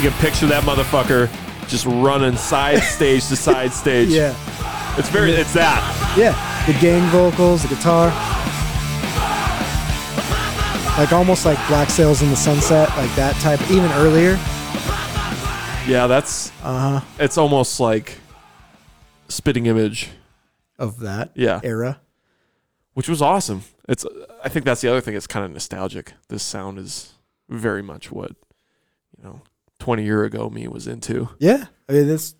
You can picture that motherfucker just running side stage to side stage.
Yeah,
It's very, it's that.
yeah. The gang vocals, the guitar, like almost like Black Sails in the Sunset, like that type. Even earlier.
Yeah, that's,
Uh huh.
it's almost like spitting image,
Of that
Yeah.
era.
which was awesome. It's, I think that's the other thing. It's kind of nostalgic. This sound is very much what, you know, 20 year ago me was into.
Yeah, I mean this.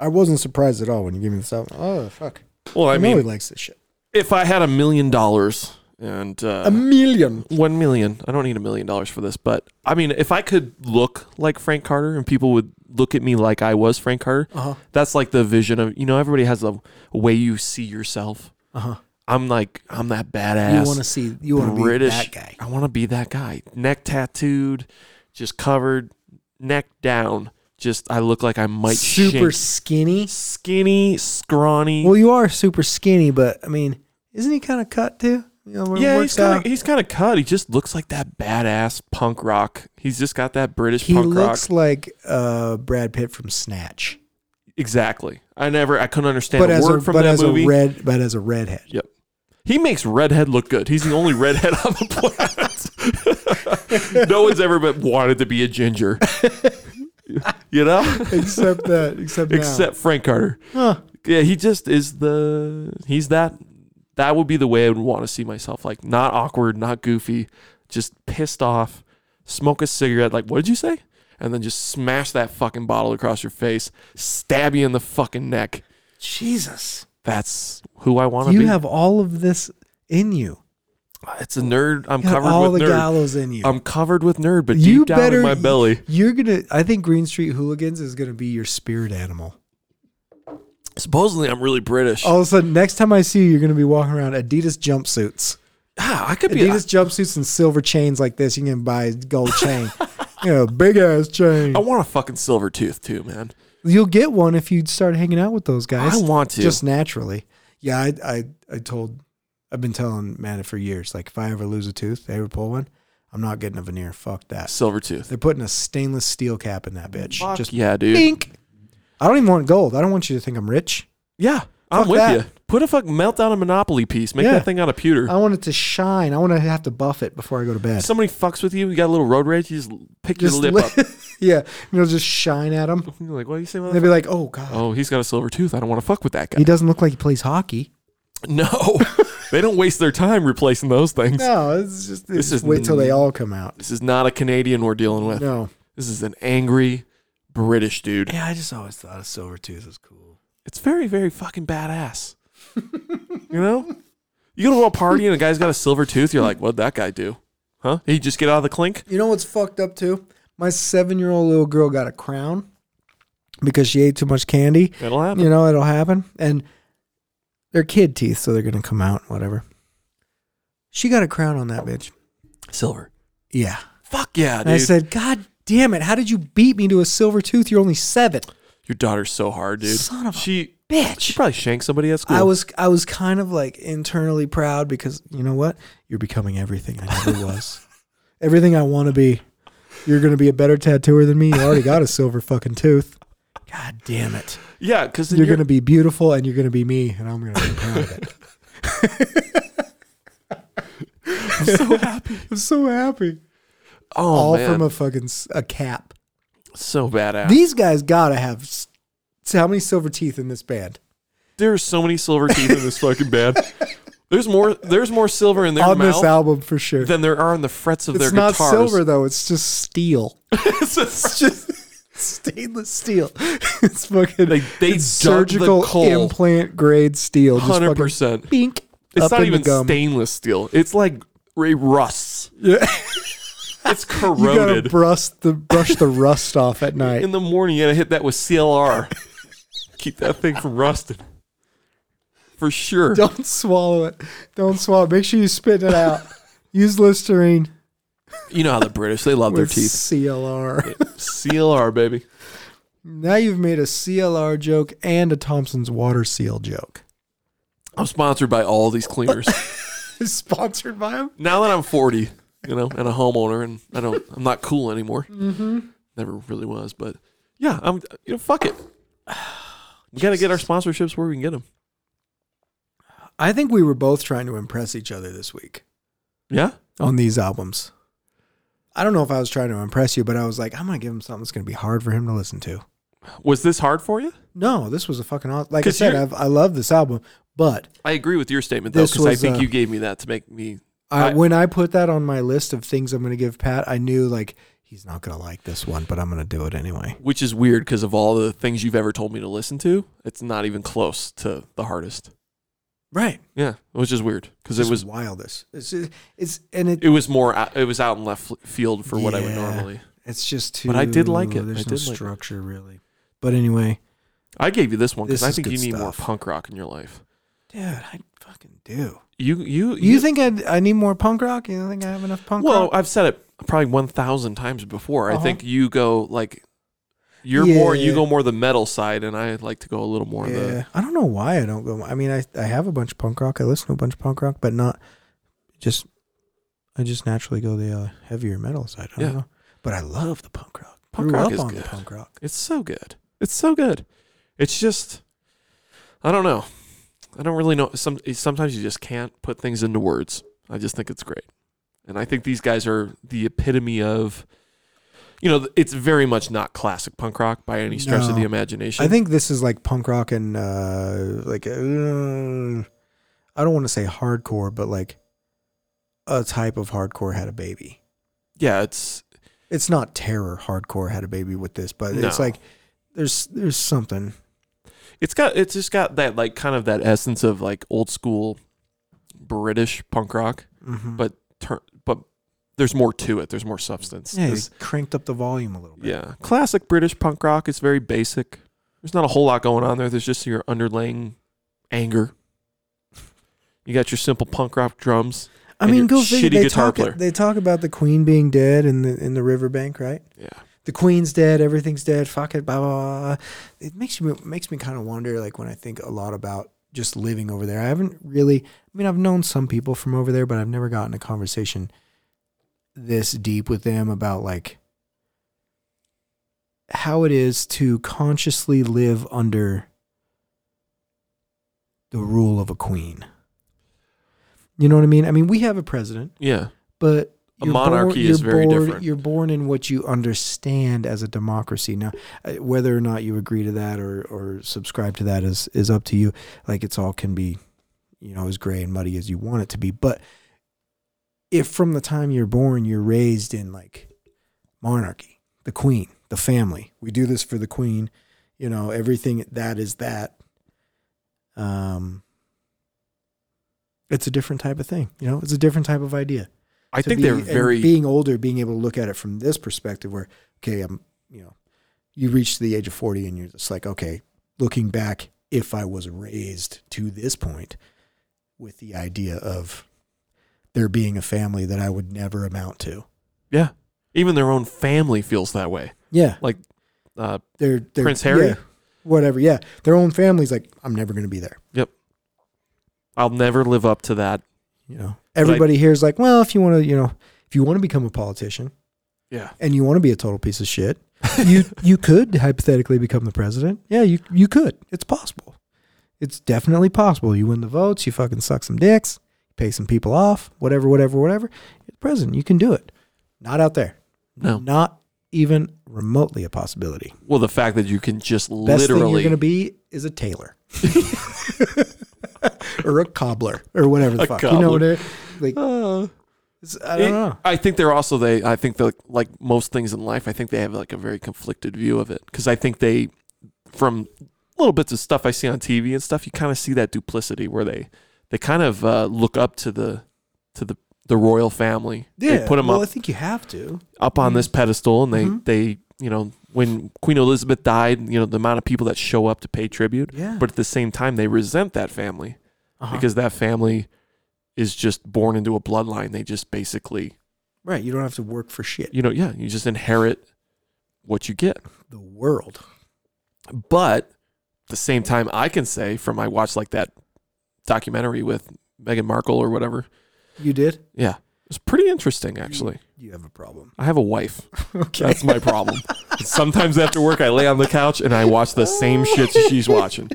I wasn't surprised at all when you gave me this album. Oh fuck!
Well, I
I, know he
mean,
likes this shit.
if I had a million dollars and, uh,
A million.
one million. I don't need a million dollars for this, but I mean, if I could look like Frank Carter and people would look at me like I was Frank Carter,
Uh huh.
that's like the vision of you know everybody has a way you see yourself.
Uh huh.
I'm like I'm that
You
badass.
want to see? You want to be
British
that guy?
I want to be that guy, neck tattooed, just covered, neck down. Just I look like I might
super
shank-
skinny.
skinny, scrawny.
Well, you are super skinny, but I mean, isn't he kind of cut too? You know, when he
yeah, he's
works
kind
out.
of he's kind of cut. He just looks like that badass punk rock. He's just got that British
He
punk rock.
looks like uh, Brad Pitt from Snatch,
Exactly. I never. I couldn't understand
but
a
as
word
a
from
but
that
as
movie.
a red but as a redhead.
yep. He makes redhead look good. He's the only redhead on the planet. no one's ever but wanted to be a ginger. you know,
except that, except now.
except Frank Carter.
Huh.
Yeah, he just is the. He's that. That would be the way I would want to see myself. Like not awkward, not goofy, just pissed off. Smoke a cigarette. Like what did you say? And then just smash that fucking bottle across your face, stab you in the fucking neck.
Jesus,
That's who I want to
you
be.
have all of this in you.
It's a nerd. I'm
You have
covered
all
with
the
nerd.
gallows in you.
I'm covered with nerd, but
you
deep down
better
in my belly,
You're gonna. I think Green Street Hooligans is gonna be your spirit animal.
supposedly I'm really British.
All of a sudden, next time I see you, you're gonna be walking around Adidas jumpsuits,
Ah, I could be. I,
Adidas jumpsuits and silver chains like this. You can buy a gold chain, you know, big ass chain.
I want a fucking silver tooth too, man.
You'll get one if you start hanging out with those guys.
I want to.
just naturally. Yeah, I, I, I told, I've been telling Matt for years. Like, if I ever lose a tooth, they ever pull one, I'm not getting a veneer. Fuck that.
silver tooth.
They're putting a stainless steel cap in that bitch.
Fuck
just
yeah, dude.
pink. I don't even want gold. I don't want you to think I'm rich.
Yeah, I'm
Fuck
with
that.
you. Put a fucking melt down a Monopoly piece. Make
Yeah. Oh,
that thing out of pewter.
I want it to shine. I want to have to buff it before I go to bed.
Somebody fucks with you. You got a little road rage. You just pick
Just
your lip
li-
up.
yeah, and it'll just shine at them.
You're like, what do you say?
And they'll
motherfucker?
be like, "Oh God,
Oh, he's got a silver tooth. I don't want to fuck with that guy.
he doesn't look like he plays hockey."
No, they don't waste their time replacing those things.
No, it's just it's
This is
wait till they all come out.
This is not a Canadian we're dealing with.
No.
This is an angry British dude.
Yeah, I just always thought a silver tooth was cool.
it's very, very fucking badass. you know? You go to a party and a guy's got a silver tooth, you're like, what'd that guy do? Huh? He just get out of the clink?
You know what's fucked up too? My seven-year-old little girl got a crown because she ate too much candy.
It'll happen.
You know, it'll happen. And they're kid teeth, so they're gonna come out, whatever. She got a crown on that bitch.
Silver.
Yeah.
Fuck yeah,
And I
dude.
said, God damn it, how did you beat me to a silver tooth? You're only seven.
Your daughter's so hard, dude.
Son of a
she she
Bitch.
probably shanked somebody at school.
I was I was kind of like internally proud because you know what? You're becoming everything I never was. Everything I want to be. You're gonna be a better tattooer than me. You already got a silver fucking tooth. God damn it.
yeah, because
You're, gonna be beautiful and you're gonna be me and I'm gonna be proud of it.
so happy.
I'm so happy.
Oh
All
man,
from a fucking s- a cap.
so badass.
These guys gotta have s- so how many silver teeth in this band?
there are so many silver teeth in this fucking band. There's more. There's more silver in their
On this
mouth
album for sure.
than there are in the frets of
It's
their
not
guitars.
silver though. It's just steel.
It's
It's
just-
just stainless steel. It's fucking
They- they
it's
dug the
surgical
coal.
implant grade steel. Just
Hundred
fucking
percent.
Bink.
It's
up
not
in the
even
gum.
stainless steel. It's like it rusts.
Yeah.
It's
You gotta
corroded.
brush the brush the rust off at night.
In the morning, you gotta hit that with CLR. Keep that thing from rusting. For sure.
Don't swallow it. Don't swallow. it. Make sure you spit it out. Use Listerine
You know how the British they love their
with
teeth.
CLR.
CLR, baby.
Now you've made a CLR joke and a Thompson's water seal joke.
I'm sponsored by all these cleaners.
is sponsored by them.
Now that I'm 40, you know, and a homeowner, and I don't, I'm not cool anymore. Mm-hmm. Never really was, but yeah, I'm. You know, fuck it. We got to get our sponsorships where we can get them.
I think we were both trying to impress each other this week
Yeah.
on these albums. I don't know if I was trying to impress you, but I was like, I'm gonna give him something that's gonna be hard for him to listen to.
Was this hard for you?
No, this was a fucking awesome. Like I
'Cause
said,
you're-
I've, I love this album, but
I agree with your statement though,
This
because I
was,
think
uh,
you gave me that to make me.
I,
I-
when I put that on my list of things I'm gonna give Pat, I knew like he's not gonna like this one, but I'm gonna do it anyway.
Which is weird because of all the things you've ever told me to listen to, it's not even close to the hardest.
Right?
Yeah, which is weird because
This
it
it
was
wildest. It's it's and it
it was more out- it was out in left field for what I would
Yeah.
normally.
it's just too.
But I did like it.
There's
I
no
did like it.
structure really. But anyway,
I gave you this one because
This
I
is
think you
good
need more
stuff.
punk rock in your life.
dude, I fucking do.
You you
You think I I need more punk rock? You don't think I have enough punk
Well,
rock?
I've said it probably one thousand times before. I
Uh-huh.
think you go like you're more you
Yeah.
go more the metal side, and I like to go a little more
yeah.
the
I don't know why I don't go. I mean, I I have a bunch of punk rock. I listen to a bunch of punk rock, but not just. I just naturally go the uh, heavier metal side. I don't
Yeah.
know, but I love the punk rock.
Punk
Grew
rock
up
is
on the
good.
punk rock.
It's so good. It's so good. It's just I don't know. I don't really know. Some sometimes you just can't put things into words. I just think it's great, and I think these guys are the epitome of. You know, it's very much not classic punk rock by any stretch of
No.
the imagination.
I think this is like punk rock and uh, like uh, I don't want to say hardcore, but like a type of hardcore had a baby.
yeah, it's
It's not terror hardcore had a baby with this, but it's
No.
like there's there's something.
it's got it's just got that like kind of that essence of like old school British punk rock,
Mhm.
but tur- but there's more to it. There's more substance.
yeah,
This-
it cranked up the volume a little bit.
Yeah. Classic British punk rock. It's very basic. There's not a whole lot going on there. There's just your underlying anger. You got your simple punk rock drums.
I
and
mean,
your
go figure.
shitty
They
guitar
talk,
player.
they talk about the queen being dead in the in the riverbank, right?
Yeah.
The queen's dead, everything's dead. Fuck it, blah blah. blah. It makes me makes me kind of wonder, like when I think a lot about just living over there. I haven't really. I mean, I've known some people from over there, but I've never gotten a conversation this deep with them about like how it is to consciously live under the rule of a queen. You know what I mean? I mean, we have a president
Yeah.
but
A
you're
monarchy
you're
is very
born,
different.
You're born in what you understand as a democracy. Now, uh, whether or not you agree to that or or subscribe to that is is up to you. Like it's all can be, you know, as gray and muddy as you want it to be. But if from the time you're born, you're raised in like monarchy, the queen, the family. We do this for the queen. You know, everything that is that. Um. It's a different type of thing, you know. It's a different type of idea
I
to
think
be-
they're
and
very
being older, being able to look at it from this perspective, where okay, I'm you know, you reach the age of forty, and you're just like, okay, looking back, if I was raised to this point, with the idea of there being a family that I would never amount to.
yeah. Even their own family feels that way.
Yeah,
Uh,
they're, they're
Prince Harry?
yeah, whatever. Yeah, their own family's like, I'm never going to be there.
I'll never live up to that.
You know,
I-
everybody here is like, well, if you want to, you know, if you want to become a politician,
Yeah.
and you want to be a total piece of shit, you you could hypothetically become the president. Yeah, you you could. It's possible. It's definitely possible. You win the votes, you fucking suck some dicks, pay some people off, whatever, whatever, whatever. You're the president. You can do it. Not out there.
No.
Not even remotely a possibility.
Well, the fact that you can just
Best thing you're
literally
going to be is a tailor. or a cobbler or whatever the
A
fuck. You know what I like
Uh,
it's- I don't
it-
know.
I think they're also they. I think that like most things in life, I think they have like a very conflicted view of it because I think they, from little bits of stuff I see on TV and stuff, you kind of see that duplicity where they they kind of uh, look up to the to the the royal family. they put them
well, mm-hmm. I
up
think you have to.
up on this pedestal, and they
Mhm.
they you know when Queen Elizabeth died, you know the amount of people that show up to pay tribute,
Yeah.
but at the same time they resent that family
Uh-huh.
because that family is just born into a bloodline. They just basically
right, you don't have to work for shit.
you know, yeah, you just inherit what you get.
the world.
But at the same time, I can say from I watched like that documentary with Meghan Markle or whatever,
You did?
Yeah. It's pretty interesting, actually.
You have a problem.
I have a wife.
Okay.
That's my problem. Sometimes after work, I lay on the couch and I watch the same shit she's watching.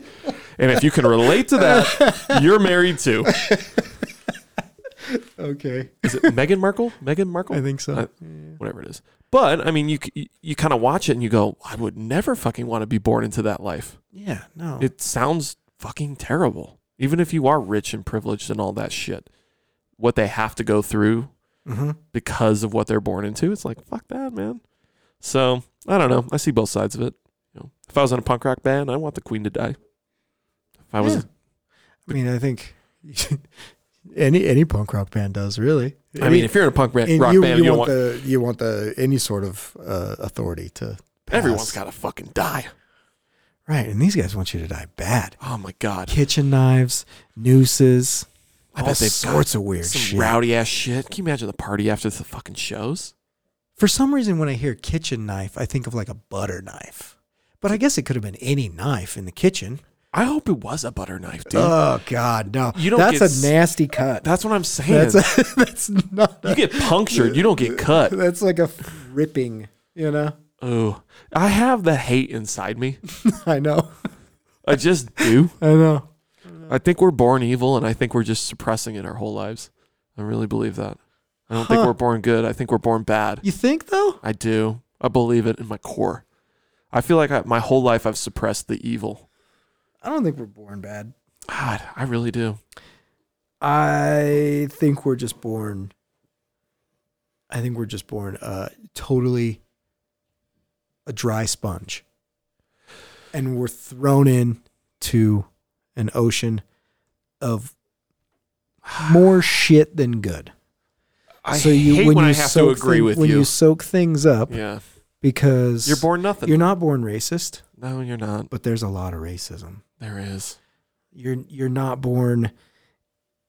And if you can relate to that, you're married too.
okay.
Is it Meghan Markle? Meghan Markle?
I think so.
Uh,
Yeah.
whatever it is. But I mean, you c- you, you kind of watch it and you go, I would never fucking want to be born into that life.
yeah, no.
It sounds fucking terrible. Even if you are rich and privileged and all that shit, what they have to go through
Mhm.
because of what they're born into, it's like fuck that, man. So I don't know. I see both sides of it. You know, if I was in a punk rock band, I want the Queen to die. If I was,
Yeah. I mean, I think any any punk rock band does really.
I mean, if you're in a punk ra-
and
rock
you,
band,
you
you don't
want, the
want
you want the any sort of uh, authority to pass.
everyone's got to fucking die.
right, and these guys want you to die bad.
Oh my god.
Kitchen knives, nooses,
I
all
bet they've
sorts of weird
some
shit.
rowdy ass shit. Can you imagine the party after the fucking shows?
For some reason, when I hear kitchen knife, I think of like a butter knife. But I guess it could have been any knife in the kitchen.
I hope it was a butter knife, dude.
Oh God, no!
You don't
that's
get
a
s-
nasty cut.
That's what I'm saying.
That's that's not.
you
a-
get punctured, you don't get cut.
That's like a ripping. You know,
Oh, I have the hate inside me.
I know,
I just do.
I know.
I think we're born evil, and I think we're just suppressing it our whole lives. I really believe that. I don't think
Huh.
we're born good. I think we're born bad.
You think though?
I do. I believe it in my core. I feel like I, my whole life I've suppressed the evil.
I don't think we're born bad.
God, I really do.
I think we're just born. I think we're just born uh, totally a dry sponge, and we're thrown in to an ocean of more shit than good.
I hate when I have to
soak
agree
thing-
with
when
you.
you soak things up
Yeah,
because
you're born nothing.
You're not born racist,
No, you're not.
but there's a lot of racism.
There is.
You're you're not born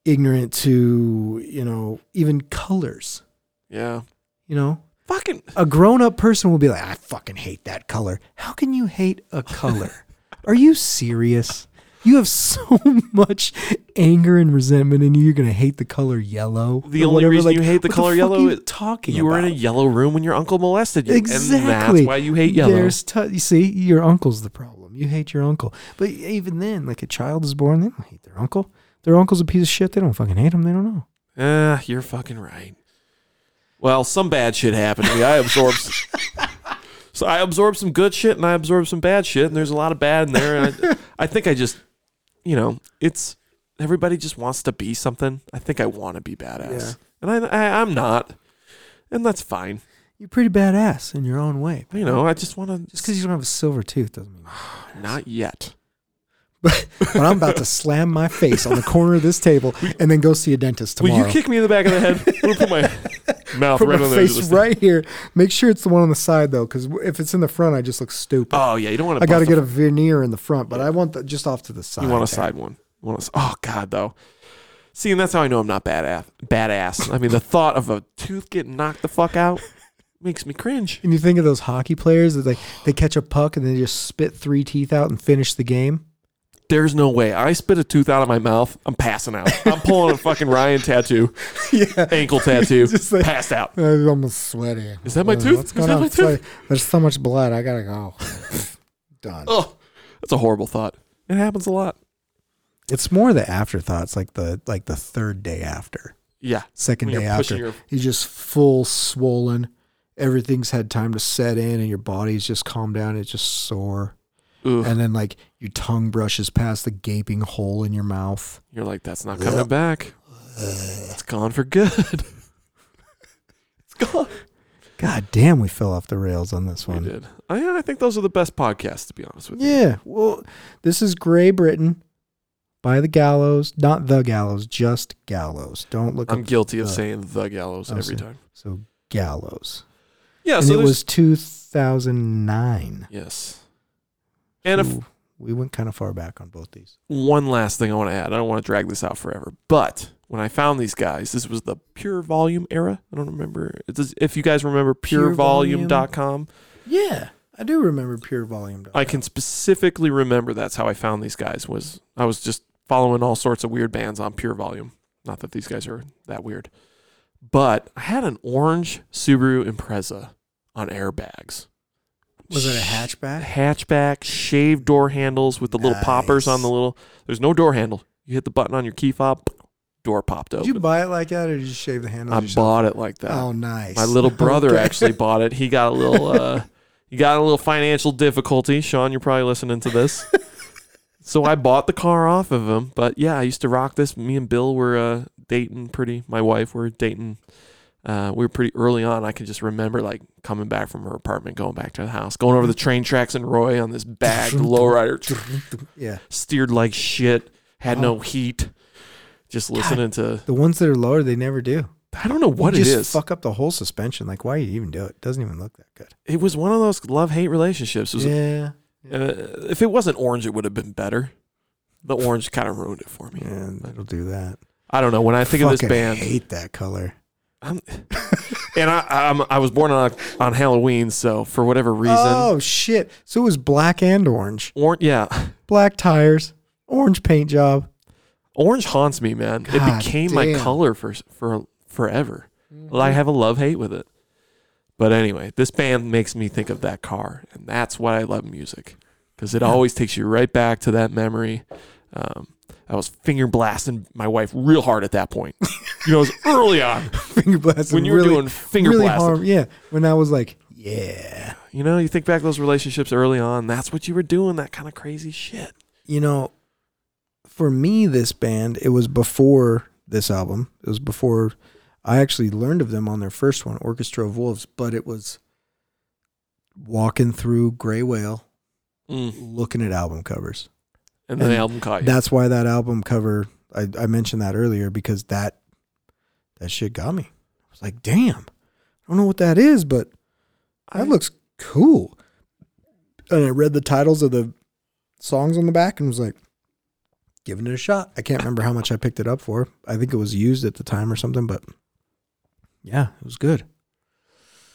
ignorant to you know even colors.
Yeah.
You know,
Fucking.
a grown up person will be like, I fucking hate that color. How can you hate a color? Are you serious? You have so much anger and resentment in you. You're gonna hate the color yellow.
The
or
only
whatever.
reason
Like,
you hate the
what
color
fuck
yellow
are you
is
talking.
You were in a
about?
yellow room when your uncle molested you.
Exactly.
And that's why you hate yellow.
There's t- you see, your uncle's the problem. You hate your uncle. But even then, like a child is born, they don't hate their uncle. Their uncle's a piece of shit. They don't fucking hate him. They don't know.
Ah, you're fucking right. Well, some bad shit happened to me. I absorbed. s- so I absorbed some good shit and I absorbed some bad shit, and there's a lot of bad in there. And I, I think I just, you know, it's everybody just wants to be something. I think I want to be badass, and I, I I'm not, and that's fine.
You're pretty badass in your own way.
You know, I just want to
Just because you don't have a silver tooth doesn't mean.
not yet.
But, but I'm about to slam my face on the corner of this table and then go see a dentist
Will
tomorrow.
you kick me in the back of the head? I'm gonna put my mouth
Put
right
my
on the edge of
face
this thing.
right here. Make sure it's the one on the side though, because if it's in the front, I just look stupid.
Oh yeah, you don't want to.
I got to get a veneer in the front, but I want the just off to the side.
You want a
there.
side one. You want a s oh god though. See, and that's how I know I'm not badass. Badass. I mean, the thought of a tooth getting knocked the fuck out makes me cringe.
And you think of those hockey players that like they catch a puck and they just spit three teeth out and finish the game.
There's no way. I spit a tooth out of my mouth. I'm passing out. I'm pulling a fucking Ryan tattoo,
Yeah.
ankle tattaoo,
Just like-
passed out.
I'm almost sweaty.
Is that my
Uh,
tooth?
What's
Is
going
that
on?
my
It's like,
tooth?
There's so much blood. I gotta go. Done.
Oh, that's a horrible thought. It happens a lot.
It's more the afterthoughts, like the like the third day after,
Yeah.
second
When you're
day
pushing
after.
your-
You're just full swollen. Everything's had time to set in, and your body's just calmed down. It's just sore,
Ooh,
and then like your tongue brushes past the gaping hole in your mouth.
you're like, that's not coming back.
uh,
It's gone for good. it's gone.
God damn, we fell off the rails on this
We
one.
did. I, I think those are the best podcasts, to be honest with you.
Yeah. Well, this is Gray Britain by the Gallows, not the Gallows, just Gallows. Don't look
I'm
up
guilty of
the-
saying the gallows
Oh,
every
so-
time.
so Gallows.
Yeah,
and
so
it
there's-
was 2009.
yes. And if
Ooh, we went kind of far back on both these.
one last thing I want to add, I don't want to drag this out forever, but when I found these guys, this was the Pure Volume era. I don't remember. It's as- if you guys remember
Pure Volume.
purevolume.com,
Yeah, I do remember Pure Volume.
I can specifically remember that's how I found these guys was I was just following all sorts of weird bands on Pure Volume. Not that these guys are that weird. But I had an orange Subaru Impreza on airbags.
Was it a
A
hatchback?
hatchback, shaved door handles with the little poppers
Nice.
on the little. There's no door handle. You hit the button on your key fob, door popped
Did
open.
you buy it like that, or did you shave the handle?
I
yourself?
bought it like that.
Oh, nice.
My little brother
Okay.
actually bought it. He got a little uh he got a little financial difficulty. Sean, you're probably listening to this. so I bought the car off of him. But yeah, I used to rock this. Me and Bill were uh dating pretty my wife were dating uh, we were pretty early on. I can just remember like coming back from her apartment, going back to the house, going over the train tracks in Roy on this bagged lowrider,
Yeah,
steered like shit, had no heat, just listening to
the ones that are lower, they never do.
I don't know what
you
it
just
is.
Fuck up the whole suspension. Like, why you even do it? Doesn't even look that good.
It was one of those love hate relationships. It was
yeah,
Uh, if it wasn't orange, it would have been better. The orange kind of ruined it for me.
yeah, it'll do that.
I don't know. When I think of this
Fucking
band,
Hate that color.
I'm, and I, I'm, I was born on on Halloween, so for whatever reason,
Oh shit! So it was black and orange.
orange, yeah,
Black tires, orange paint job.
orange haunts me, man. it
God
became my
damn. Mm-hmm.
color for for forever. Well, I have a love hate with it. But anyway, this band makes me think of that car, and that's why I love music because it always takes you right back to that memory. Um, I was finger blasting my wife real hard at that point. you know, it was early on
Finger blasting.
when you were
really,
doing finger
really
blasting.
harm. Yeah, when I was like, yeah,
You know, you think back to those relationships early on. That's what you were doing. That kind of crazy shit.
you know, for me, this band it was before this album. It was before I actually learned of them on their first one, Orchestra of Wolves. But it was walking through Gray Whale,
Mm.
looking at album covers.
And then
And
the album caught you.
That's why that album cover I, I mentioned that earlier because that that shit got me. I was like, damn, I don't know what that is, but that
I-
looks cool. And I read the titles of the songs on the back and was like, giving it a shot. I can't remember how much I picked it up for. I think it was used at the time or something, but yeah, it was good.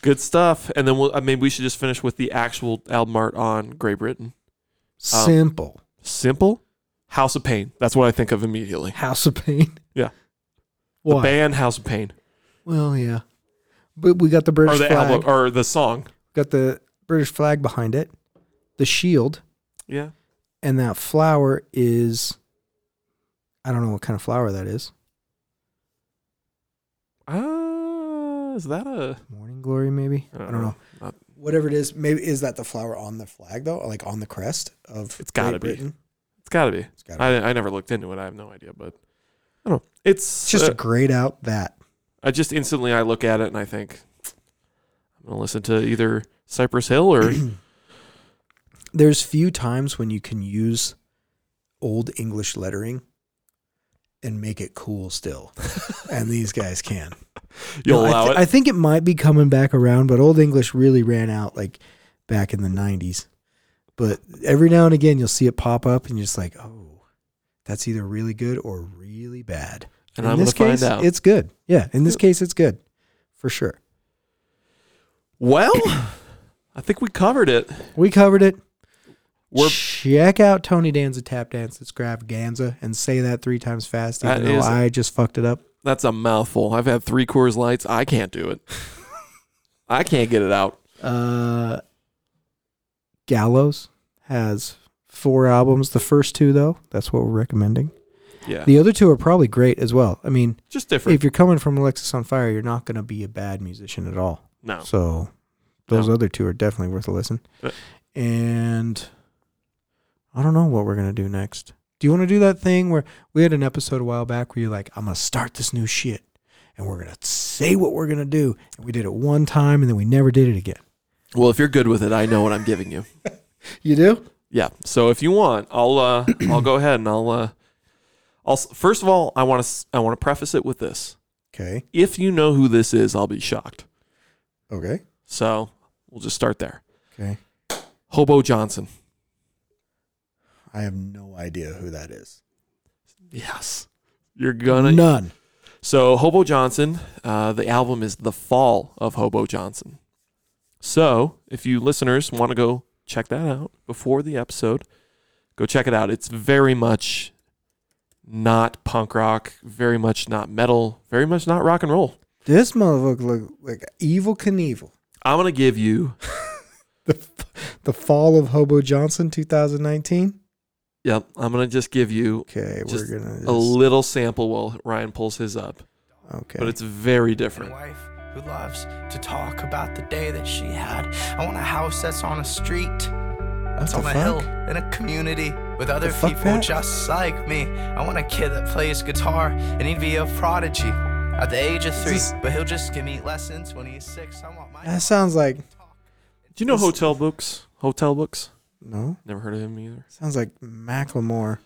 Good stuff. And then we'll, I mean, we should just finish with the actual album art on Grey Britain. Um,
Simple.
Simple. House of Pain. That's what I think of immediately.
House of Pain.
Yeah. The
Why?
band House of Pain.
Well, yeah. But we got the
or
British
the
flag.
album or the song.
got the British flag behind it, the shield,
Yeah.
and that flower is I don't know what kind of flower that is.
Uh, is that a
Morning glory maybe? I don't know.
Not-
Uh-huh. Whatever it is, maybe is that the flower on the flag though, like on the crest of
It's gotta
Great
be.
Britain?
it's got to be.
It's gotta be.
I, I never looked into it. I have no idea, but I don't know. It's,
It's just
uh,
a grayed out that.
I just instantly I look at it and I think I'm going to listen to either Cypress Hill or
There's few times when you can use old English lettering and make it cool still. and these guys can.
you'll
No, I
allow
thi-
it.
I think it might be coming back around, but Old English really ran out like back in the 90s. But every now and again, you'll see it pop up, and you're just like, oh, that's either really good or really bad.
and
in
I'm going
this
to find
case,
out.
it's good. Yeah, in this case, it's good for sure.
well, I think we covered it.
We covered it.
We're
Check out Tony Danza Tap Dance Extravaganza and say that three times fast, even
That
though
is-
I just fucked it up.
That's a mouthful. I've had three Coors Lights. I can't do it. I can't get it out.
Uh, Gallows has four albums. The first two, though, that's what we're recommending.
Yeah,
The other two are probably great as well. I mean,
just different.
if you're coming from Alexis on Fire, you're not going to be a bad musician at all.
no,
So those
No.
other two are definitely worth a listen.
Yeah.
And I don't know what we're going to do next. Do you want to do that thing where we had an episode a while back where you're like, I'm going to start this new shit and we're going to say what we're going to do. And we did it one time and then we never did it again.
well, if you're good with it, I know what I'm giving you.
You do?
Yeah. So if you want, I'll uh, I'll go ahead and I'll uh, I'll s- first of all, I want to I want to preface it with this.
Okay.
If you know who this is, I'll be shocked.
Okay.
So we'll just start there.
Okay.
Hobo Johnson.
I have no idea who that is.
Yes, you're gonna.
None.
So Hobo Johnson, uh, the album is The Fall of Hobo Johnson. So if you listeners want to go check that out before the episode, go check it out. It's very much not punk rock, very much not metal, very much not rock and roll.
This motherfucker look like evil Knievel.
I'm gonna give you
The, the fall of Hobo Johnson 2019.
yep, I'm gonna just give you
Okay,
Just
we're gonna
a little sample while Ryan pulls his up.
just, okay.
But it's very
and
different.
a wife who loves to talk about the day that she had. I want a house that's on a street, that's
the
on
fuck?
a hill, in a community with other
fuck,
people
Pat?
just like me. I want a kid that plays guitar and he'd be a prodigy at the age of three,
This-
but he'll just give me lessons when he's six. I want my
that sounds like
Do you know hotel books? Hotel books?
no.
Never heard of him either.
Sounds like Macklemore.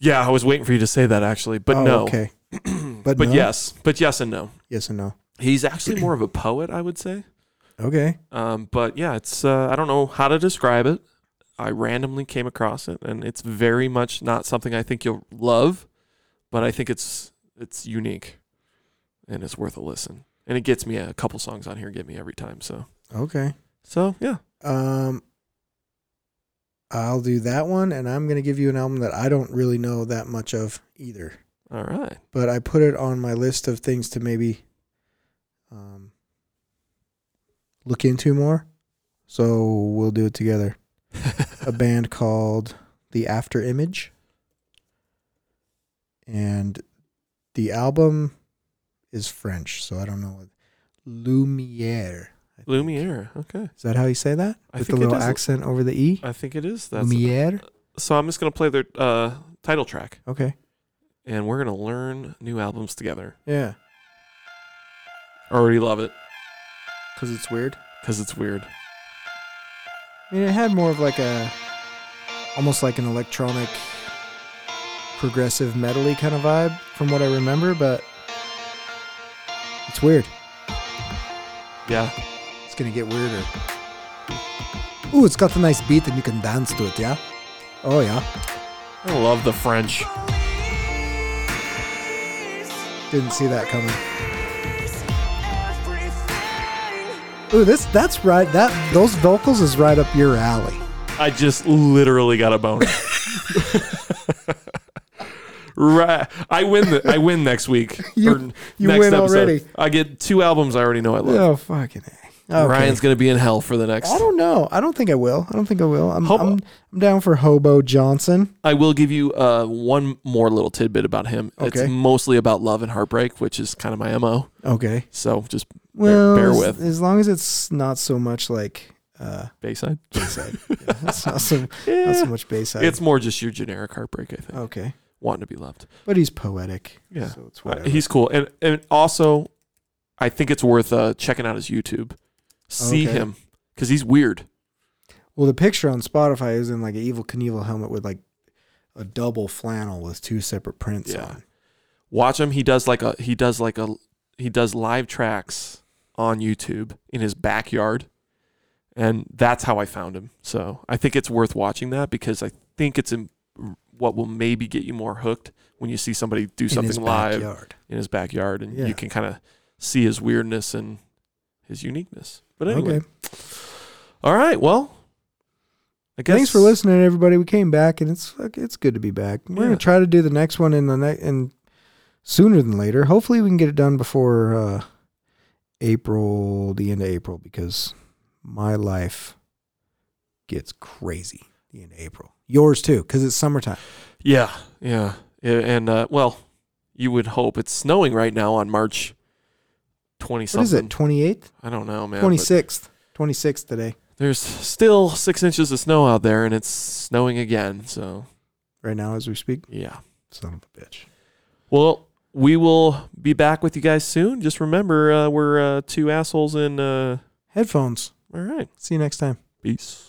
Yeah, I was waiting for you to say that actually, but
Oh,
no.
Okay.
But,
but no?
yes, but yes and no.
Yes and no.
He's actually more of a poet, I would say.
Okay.
Um, but yeah, it's uh, I don't know how to describe it. I randomly came across it, and it's very much not something I think you'll love, but I think it's it's unique, and it's worth a listen. And it gets me a couple songs on here get me every time. So
Okay.
so yeah,
Um, I'll do that one, and I'm gonna give you an album that I don't really know that much of either.
all right.
but I put it on my list of things to maybe um, look into more. So we'll do it together. a band called The After Image. And the album is French, so I don't know what Lumiere. I think.
Lumiere. Okay,
Is that how you say that?
I
With the
think it
little
is.
accent over the E?
I think it is that.
Lumiere?
So I'm just gonna play their uh, title track,
Okay.
and we're gonna learn new albums together.
Yeah.
Already love it
Because it's weird.
because it's weird.
I mean, it had more of like a, almost like an electronic, progressive metally kind of vibe from what I remember, but it's weird.
Yeah.
It's gonna get weirder. Ooh, it's got a nice beat and you can dance to it, yeah? Oh, yeah.
I love the French.
Didn't see that coming. Ooh, this, that's right, that, those vocals is right up your alley.
I just literally got a boner. right. I win the, I win next week.
You- you win already.
I get two albums I already know I love.
Oh, fucking A. Okay.
Ryan's gonna be in hell for the next
I don't know. I don't think I will. I don't think I will. I'm,
Hobo-
I'm, I'm down for Hobo Johnson.
I will give you uh, one more little tidbit about him.
Okay.
It's mostly about love and heartbreak, which is kind of my MO.
Okay.
So just bear-
Well,
bear,
as,
with.
as long as it's not so much like uh,
Bayside.
Bayside. Yeah, it's not so not so
Yeah.
much Bayside.
It's more just your generic heartbreak, I think.
okay,
Wanting to be loved.
but he's poetic.
Yeah.
so it's
Uh,
whatever.
he's cool, and and also, I think it's worth uh, checking out his YouTube. See
Okay.
him because he's weird.
well, the picture on Spotify is in like an evil Knievel helmet with like a double flannel with two separate prints
Yeah.
on.
Watch him. He does like a he does like a he does live tracks on YouTube in his backyard, and that's how I found him. So I think it's worth watching that because I think it's in, what will maybe get you more hooked when you see somebody do
in
something
his
live
backyard.
in his backyard, and
Yeah.
you can kind of see his weirdness and his uniqueness. But anyway,
Okay,
all right. Well, I guess
thanks for listening, everybody. We came back, and it's fuck- it's good to be back. We're
Yeah.
gonna try to do the next one in the next and sooner than later. Hopefully, we can get it done before uh, April, the end of April, because my life gets crazy the end of April. Yours too, because it's summertime.
Yeah, yeah, Yeah, and uh, well, you would hope it's snowing right now on March twenty
What is
something.
it? Twenty eighth,
I don't know, man. but
twenty sixth, twenty sixth today,
There's still six inches of snow out there, and it's snowing again. So
right now as we speak.
yeah.
Son of a bitch.
Well, we will be back with you guys soon. Just remember, uh, we're uh, two assholes in. Uh,
Headphones.
all right,
See you next time.
peace.